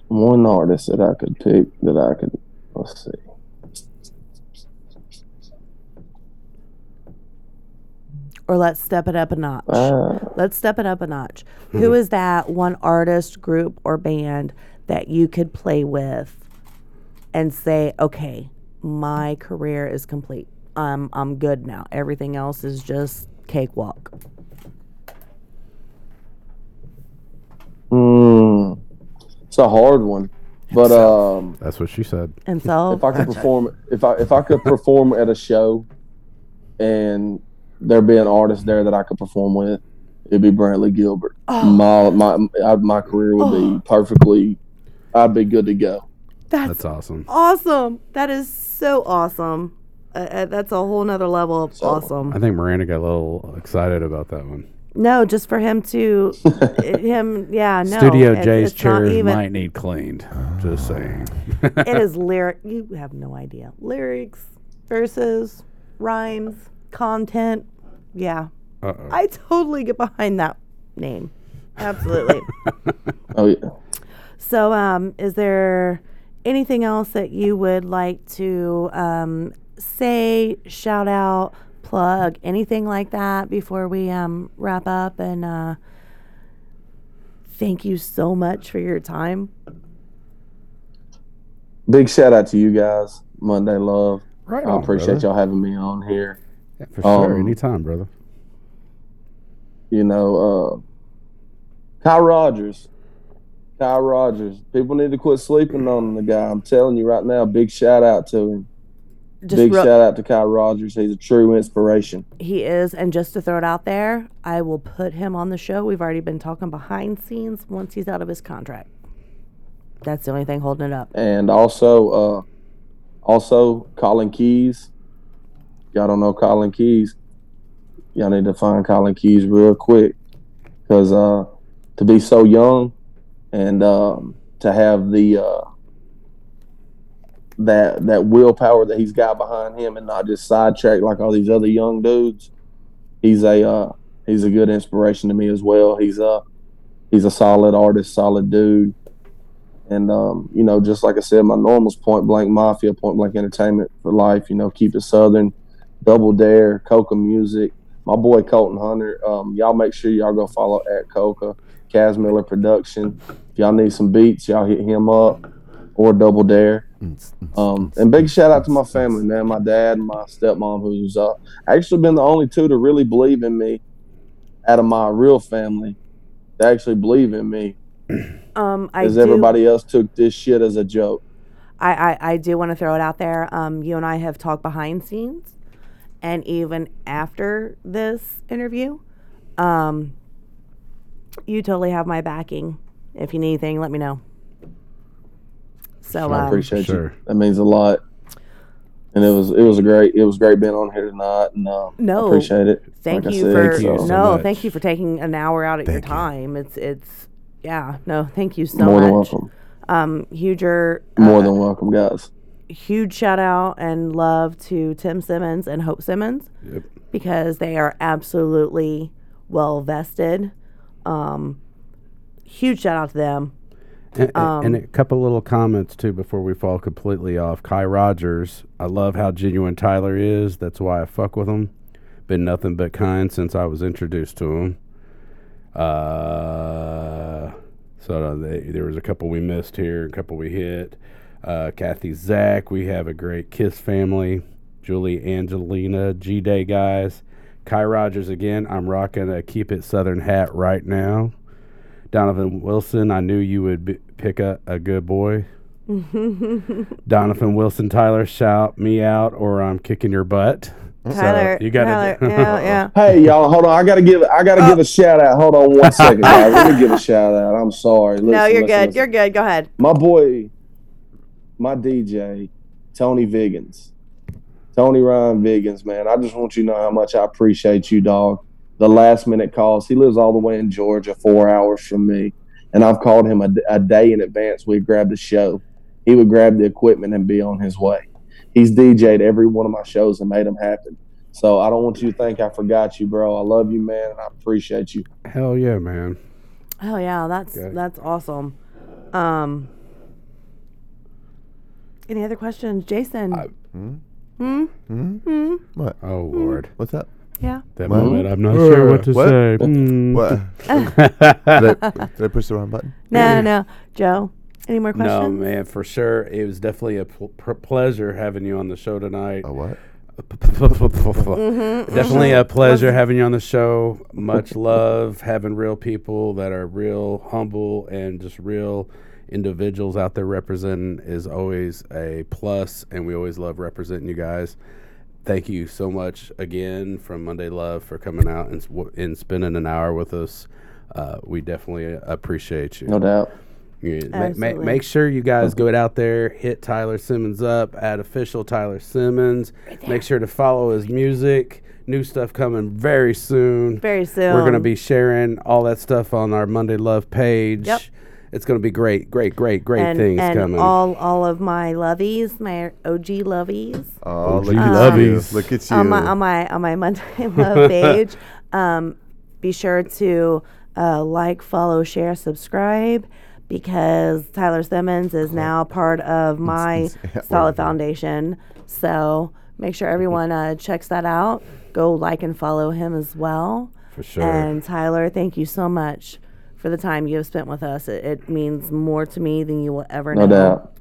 S6: One artist that I could pick that I could let's see.
S1: Or let's step it up a notch.
S6: Uh,
S1: Let's step it up a notch. Who is that one artist, group, or band that you could play with and say, okay, my career is complete. Um, I'm good now. Everything else is just cakewalk.
S6: mm, it's a hard one, but um,
S3: That's what she said.
S1: And
S6: (laughs) if
S1: so,
S6: I could perform, if I if I could perform at a show, and there be an artist there that I could perform with, it'd be Brantley Gilbert.
S10: Oh.
S1: oh.
S6: My my I, my career would be perfectly. I'd be good to go.
S1: that's
S3: That's awesome.
S1: awesome. That is so awesome. Uh, uh, that's a whole nother level of
S6: So-
S1: awesome.
S3: I think Miranda got a little excited about that one.
S1: No, just for him to, him, yeah, no.
S3: Studio
S1: it's-
S3: J's
S1: it's not
S3: chairs
S1: even-
S3: might need cleaned. Just saying.
S1: (laughs) it is lyric. You have no idea. Lyrics, verses, rhymes, content. Yeah,
S3: Uh oh.
S1: I totally get behind that name. Absolutely.
S6: Oh yeah.
S1: so, um, is there anything else that you would like to um, say, shout out, plug, anything like that before we um, wrap up? And uh, thank you so much for your time.
S6: Big shout out to you guys, Monday Love.
S3: Right
S6: I
S3: on,
S6: appreciate
S3: brother.
S6: y'all having me on here.
S3: Yeah, for sure.
S6: Um,
S3: Anytime, brother.
S6: You know, uh, Kyle Rogers. Kyle Rogers. People need to quit sleeping on the guy. I'm telling you right now. Big shout out to him.
S1: Just
S6: Big
S1: real-
S6: shout out to Kyle Rogers. He's a true inspiration.
S1: He is, and just to throw it out there, I will put him on the show. We've already been talking behind scenes once he's out of his contract. That's the only thing holding it up.
S6: And also, uh, also Colin Keys. Y'all don't know Colin Keys. Y'all need to find Colin Keys real quick, because uh, to be so young and um, to have the uh, that that willpower that he's got behind him, and not just sidetracked like all these other young dudes. He's a uh, he's a good inspiration to me as well. He's a he's a solid artist, solid dude. And um, you know, just like I said, my normals point blank mafia, point blank entertainment for life. You know, keep it southern, double dare, Coca music. My boy Colton Hunter. Um, y'all make sure y'all go follow at Coca, Kaz Miller Production. If y'all need some beats, y'all hit him up or double dare. Um, and big shout out to my family, man. My dad and my stepmom, who's uh, actually been the only two to really believe in me out of my real family. They actually believe in me
S1: Um, I
S6: because
S1: do,
S6: everybody else took this shit as a joke.
S1: I, I, I do want to throw it out there. Um, you and I have talked behind scenes, and even after this interview, um, you totally have my backing. If you need anything, let me know. So
S6: I
S1: um,
S6: appreciate
S3: Sure.
S6: you. That means a lot. And it was it was a great it was great being on here tonight and uh,
S1: No.
S6: I appreciate it.
S1: Thank
S6: Like I
S1: you
S6: said, uh,
S1: for
S3: Thank you so
S1: no,
S3: much.
S1: thank you for taking an hour out of
S11: Thank
S1: your
S11: you.
S1: time. It's it's yeah, no, thank you so
S6: more
S1: much. Uh,
S6: than welcome.
S1: Um, huger,
S6: More than welcome, guys.
S1: huge shout out and love to Tim Simmons and Hope Simmons
S3: Yep.
S1: because they are absolutely well vested. Um, huge shout out to them. (laughs)
S3: And, and- and a couple little comments too before we fall completely off. Kai Rogers, I love how genuine Tyler is. That's why I fuck with him. Been nothing but kind since I was introduced to him. Uh, so they, there was a couple we missed here, a couple we hit. Uh, Kathy Zach, we have a great Kiss family. Julie Angelina, G Day guys. Kai Rogers again. I'm rocking a Keep It Southern hat right now. Donovan Wilson, I knew you would b- pick a, a good boy. Donovan Wilson, Tyler, shout me out or I'm kicking your butt. So,
S1: Tyler,
S3: uh, you gotta
S1: Tyler,
S3: do-
S1: yeah, yeah.
S6: Hey y'all, hold on. I gotta give I gotta
S1: (laughs)
S6: give a shout out. Hold on one second. y'all. I really give a shout out. I'm sorry. Listen,
S1: no, you're
S6: listen,
S1: good.
S6: listen.
S1: You're good. Go ahead.
S6: my boy, my DJ, Tony Viggins. Tony Ryan Viggins, man. I just want you to know how much I appreciate you, dog. The last minute calls. He lives all the way in Georgia, four hours from me. And I've called him a, a day in advance. We'd grab the show. He would grab the equipment and be on his way. He's DJ'd every one of my shows and made them happen. So I don't want you to think I forgot you, bro. I love you, man. And I appreciate you.
S3: (laughs) Hell yeah, man.
S1: Oh yeah, that's
S3: Okay.
S1: that's awesome. Um, any other questions, Jason?
S3: Oh,
S1: Hmm.
S3: Lord.
S2: What's up?
S5: Yeah.
S3: That
S2: Well,
S3: moment, I'm not sure what to
S2: what?
S3: say.
S2: What?
S3: Mm. (laughs)
S2: What? (laughs) did, I, did I push the wrong button?
S1: no,
S3: (clears throat)
S1: no, Joe. Any more questions?
S3: No, man, for sure. It was definitely a pl- pr- pleasure having you on the show tonight.
S2: A what?
S3: Definitely a pleasure having you on the show. Much love having real people that are real humble and just real individuals out there representing is always a plus, and we always love representing you guys. Thank you so much again from Monday Love for coming out and, s- w- and spending an hour with us. Uh, we definitely appreciate you.
S6: No doubt.
S3: Yeah, ma- ma-
S1: Absolutely.
S3: make sure you guys go out there, hit Tyler Simmons up at official Tyler Simmons. make sure to follow his music. New stuff coming very soon.
S1: Very soon.
S3: We're going to be sharing all that stuff on our Monday Love page.
S1: Yep.
S3: It's going to be great, great, great, great
S1: and,
S3: things
S1: and
S3: coming.
S1: all all of my lovies, my OG lovies,
S2: Oh,
S3: gee,
S2: look at you.
S3: lovies.
S2: Look at you.
S1: on my on my on my Monday (laughs) Love page. Um, be sure to uh, like, follow, share, subscribe, because Tyler Simmons is now part of my
S2: (laughs)
S1: solid foundation. So make sure everyone uh, checks that out. Go like and follow him as well.
S3: for sure.
S1: And Tyler, thank you so much for the time you have spent with us. It, it means more to me than you will ever
S6: No
S1: know.
S6: doubt.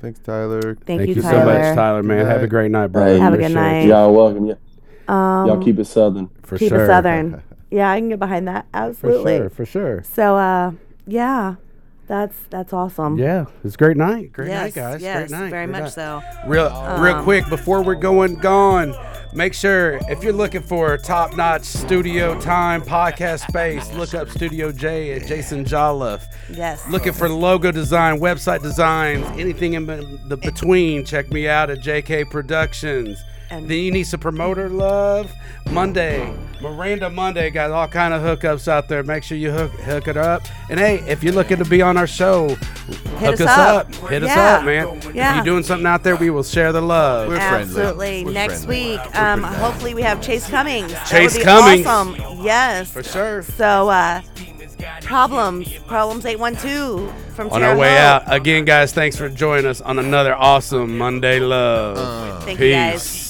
S2: Thanks, Tyler.
S1: Thank,
S3: Thank
S1: you,
S3: you
S1: Tyler.
S3: so much, Tyler, man.
S2: Good
S3: Have a
S2: night.
S3: great night, brother.
S6: Hey,
S1: Have a good
S3: Appreciate
S1: night.
S3: you.
S6: Y'all welcome. Yeah. Y'all keep it southern.
S3: For
S1: Keep
S3: sure.
S1: it
S2: (laughs)
S1: southern. Yeah, I can get behind that.
S3: For
S1: Absolutely.
S3: sure, for sure.
S1: So, uh, yeah, that's that's awesome.
S3: Yeah, it's a great night. Great
S1: Yes,
S3: night, guys.
S1: yes,
S3: great night.
S1: very
S3: great
S1: much so.
S3: night. Real, real
S1: Um,
S3: quick before we're going gone, make sure if you're looking for top notch studio time podcast space, look up Studio J at Jason Jolliffe.
S1: Yes.
S3: Looking for logo design, website designs, anything in be- the between, check me out at JK Productions.
S1: And-
S3: then you need some promoter love. Monday, Miranda Monday got all kind of hookups out there. Make sure you hook hook it up. And hey, if you're looking to be on our show, hook
S1: us up.
S3: Hit us
S1: Yeah.
S3: up, man.
S1: Yeah.
S3: If you're doing something out there, we will share the love.
S2: We're friendly.
S1: Absolutely.
S2: We're
S1: Next
S2: friendly.
S1: week, um, hopefully we have Chase Cummings.
S3: Chase
S1: that would be
S3: Cummings.
S1: Awesome. Yes.
S3: For sure.
S1: So, uh, problems, problems eight one two from
S3: on
S1: Terre
S3: our way
S1: Haute.
S3: out. Again, guys, thanks for joining us on another awesome Monday Love.
S1: Thank
S3: Peace.
S1: you guys.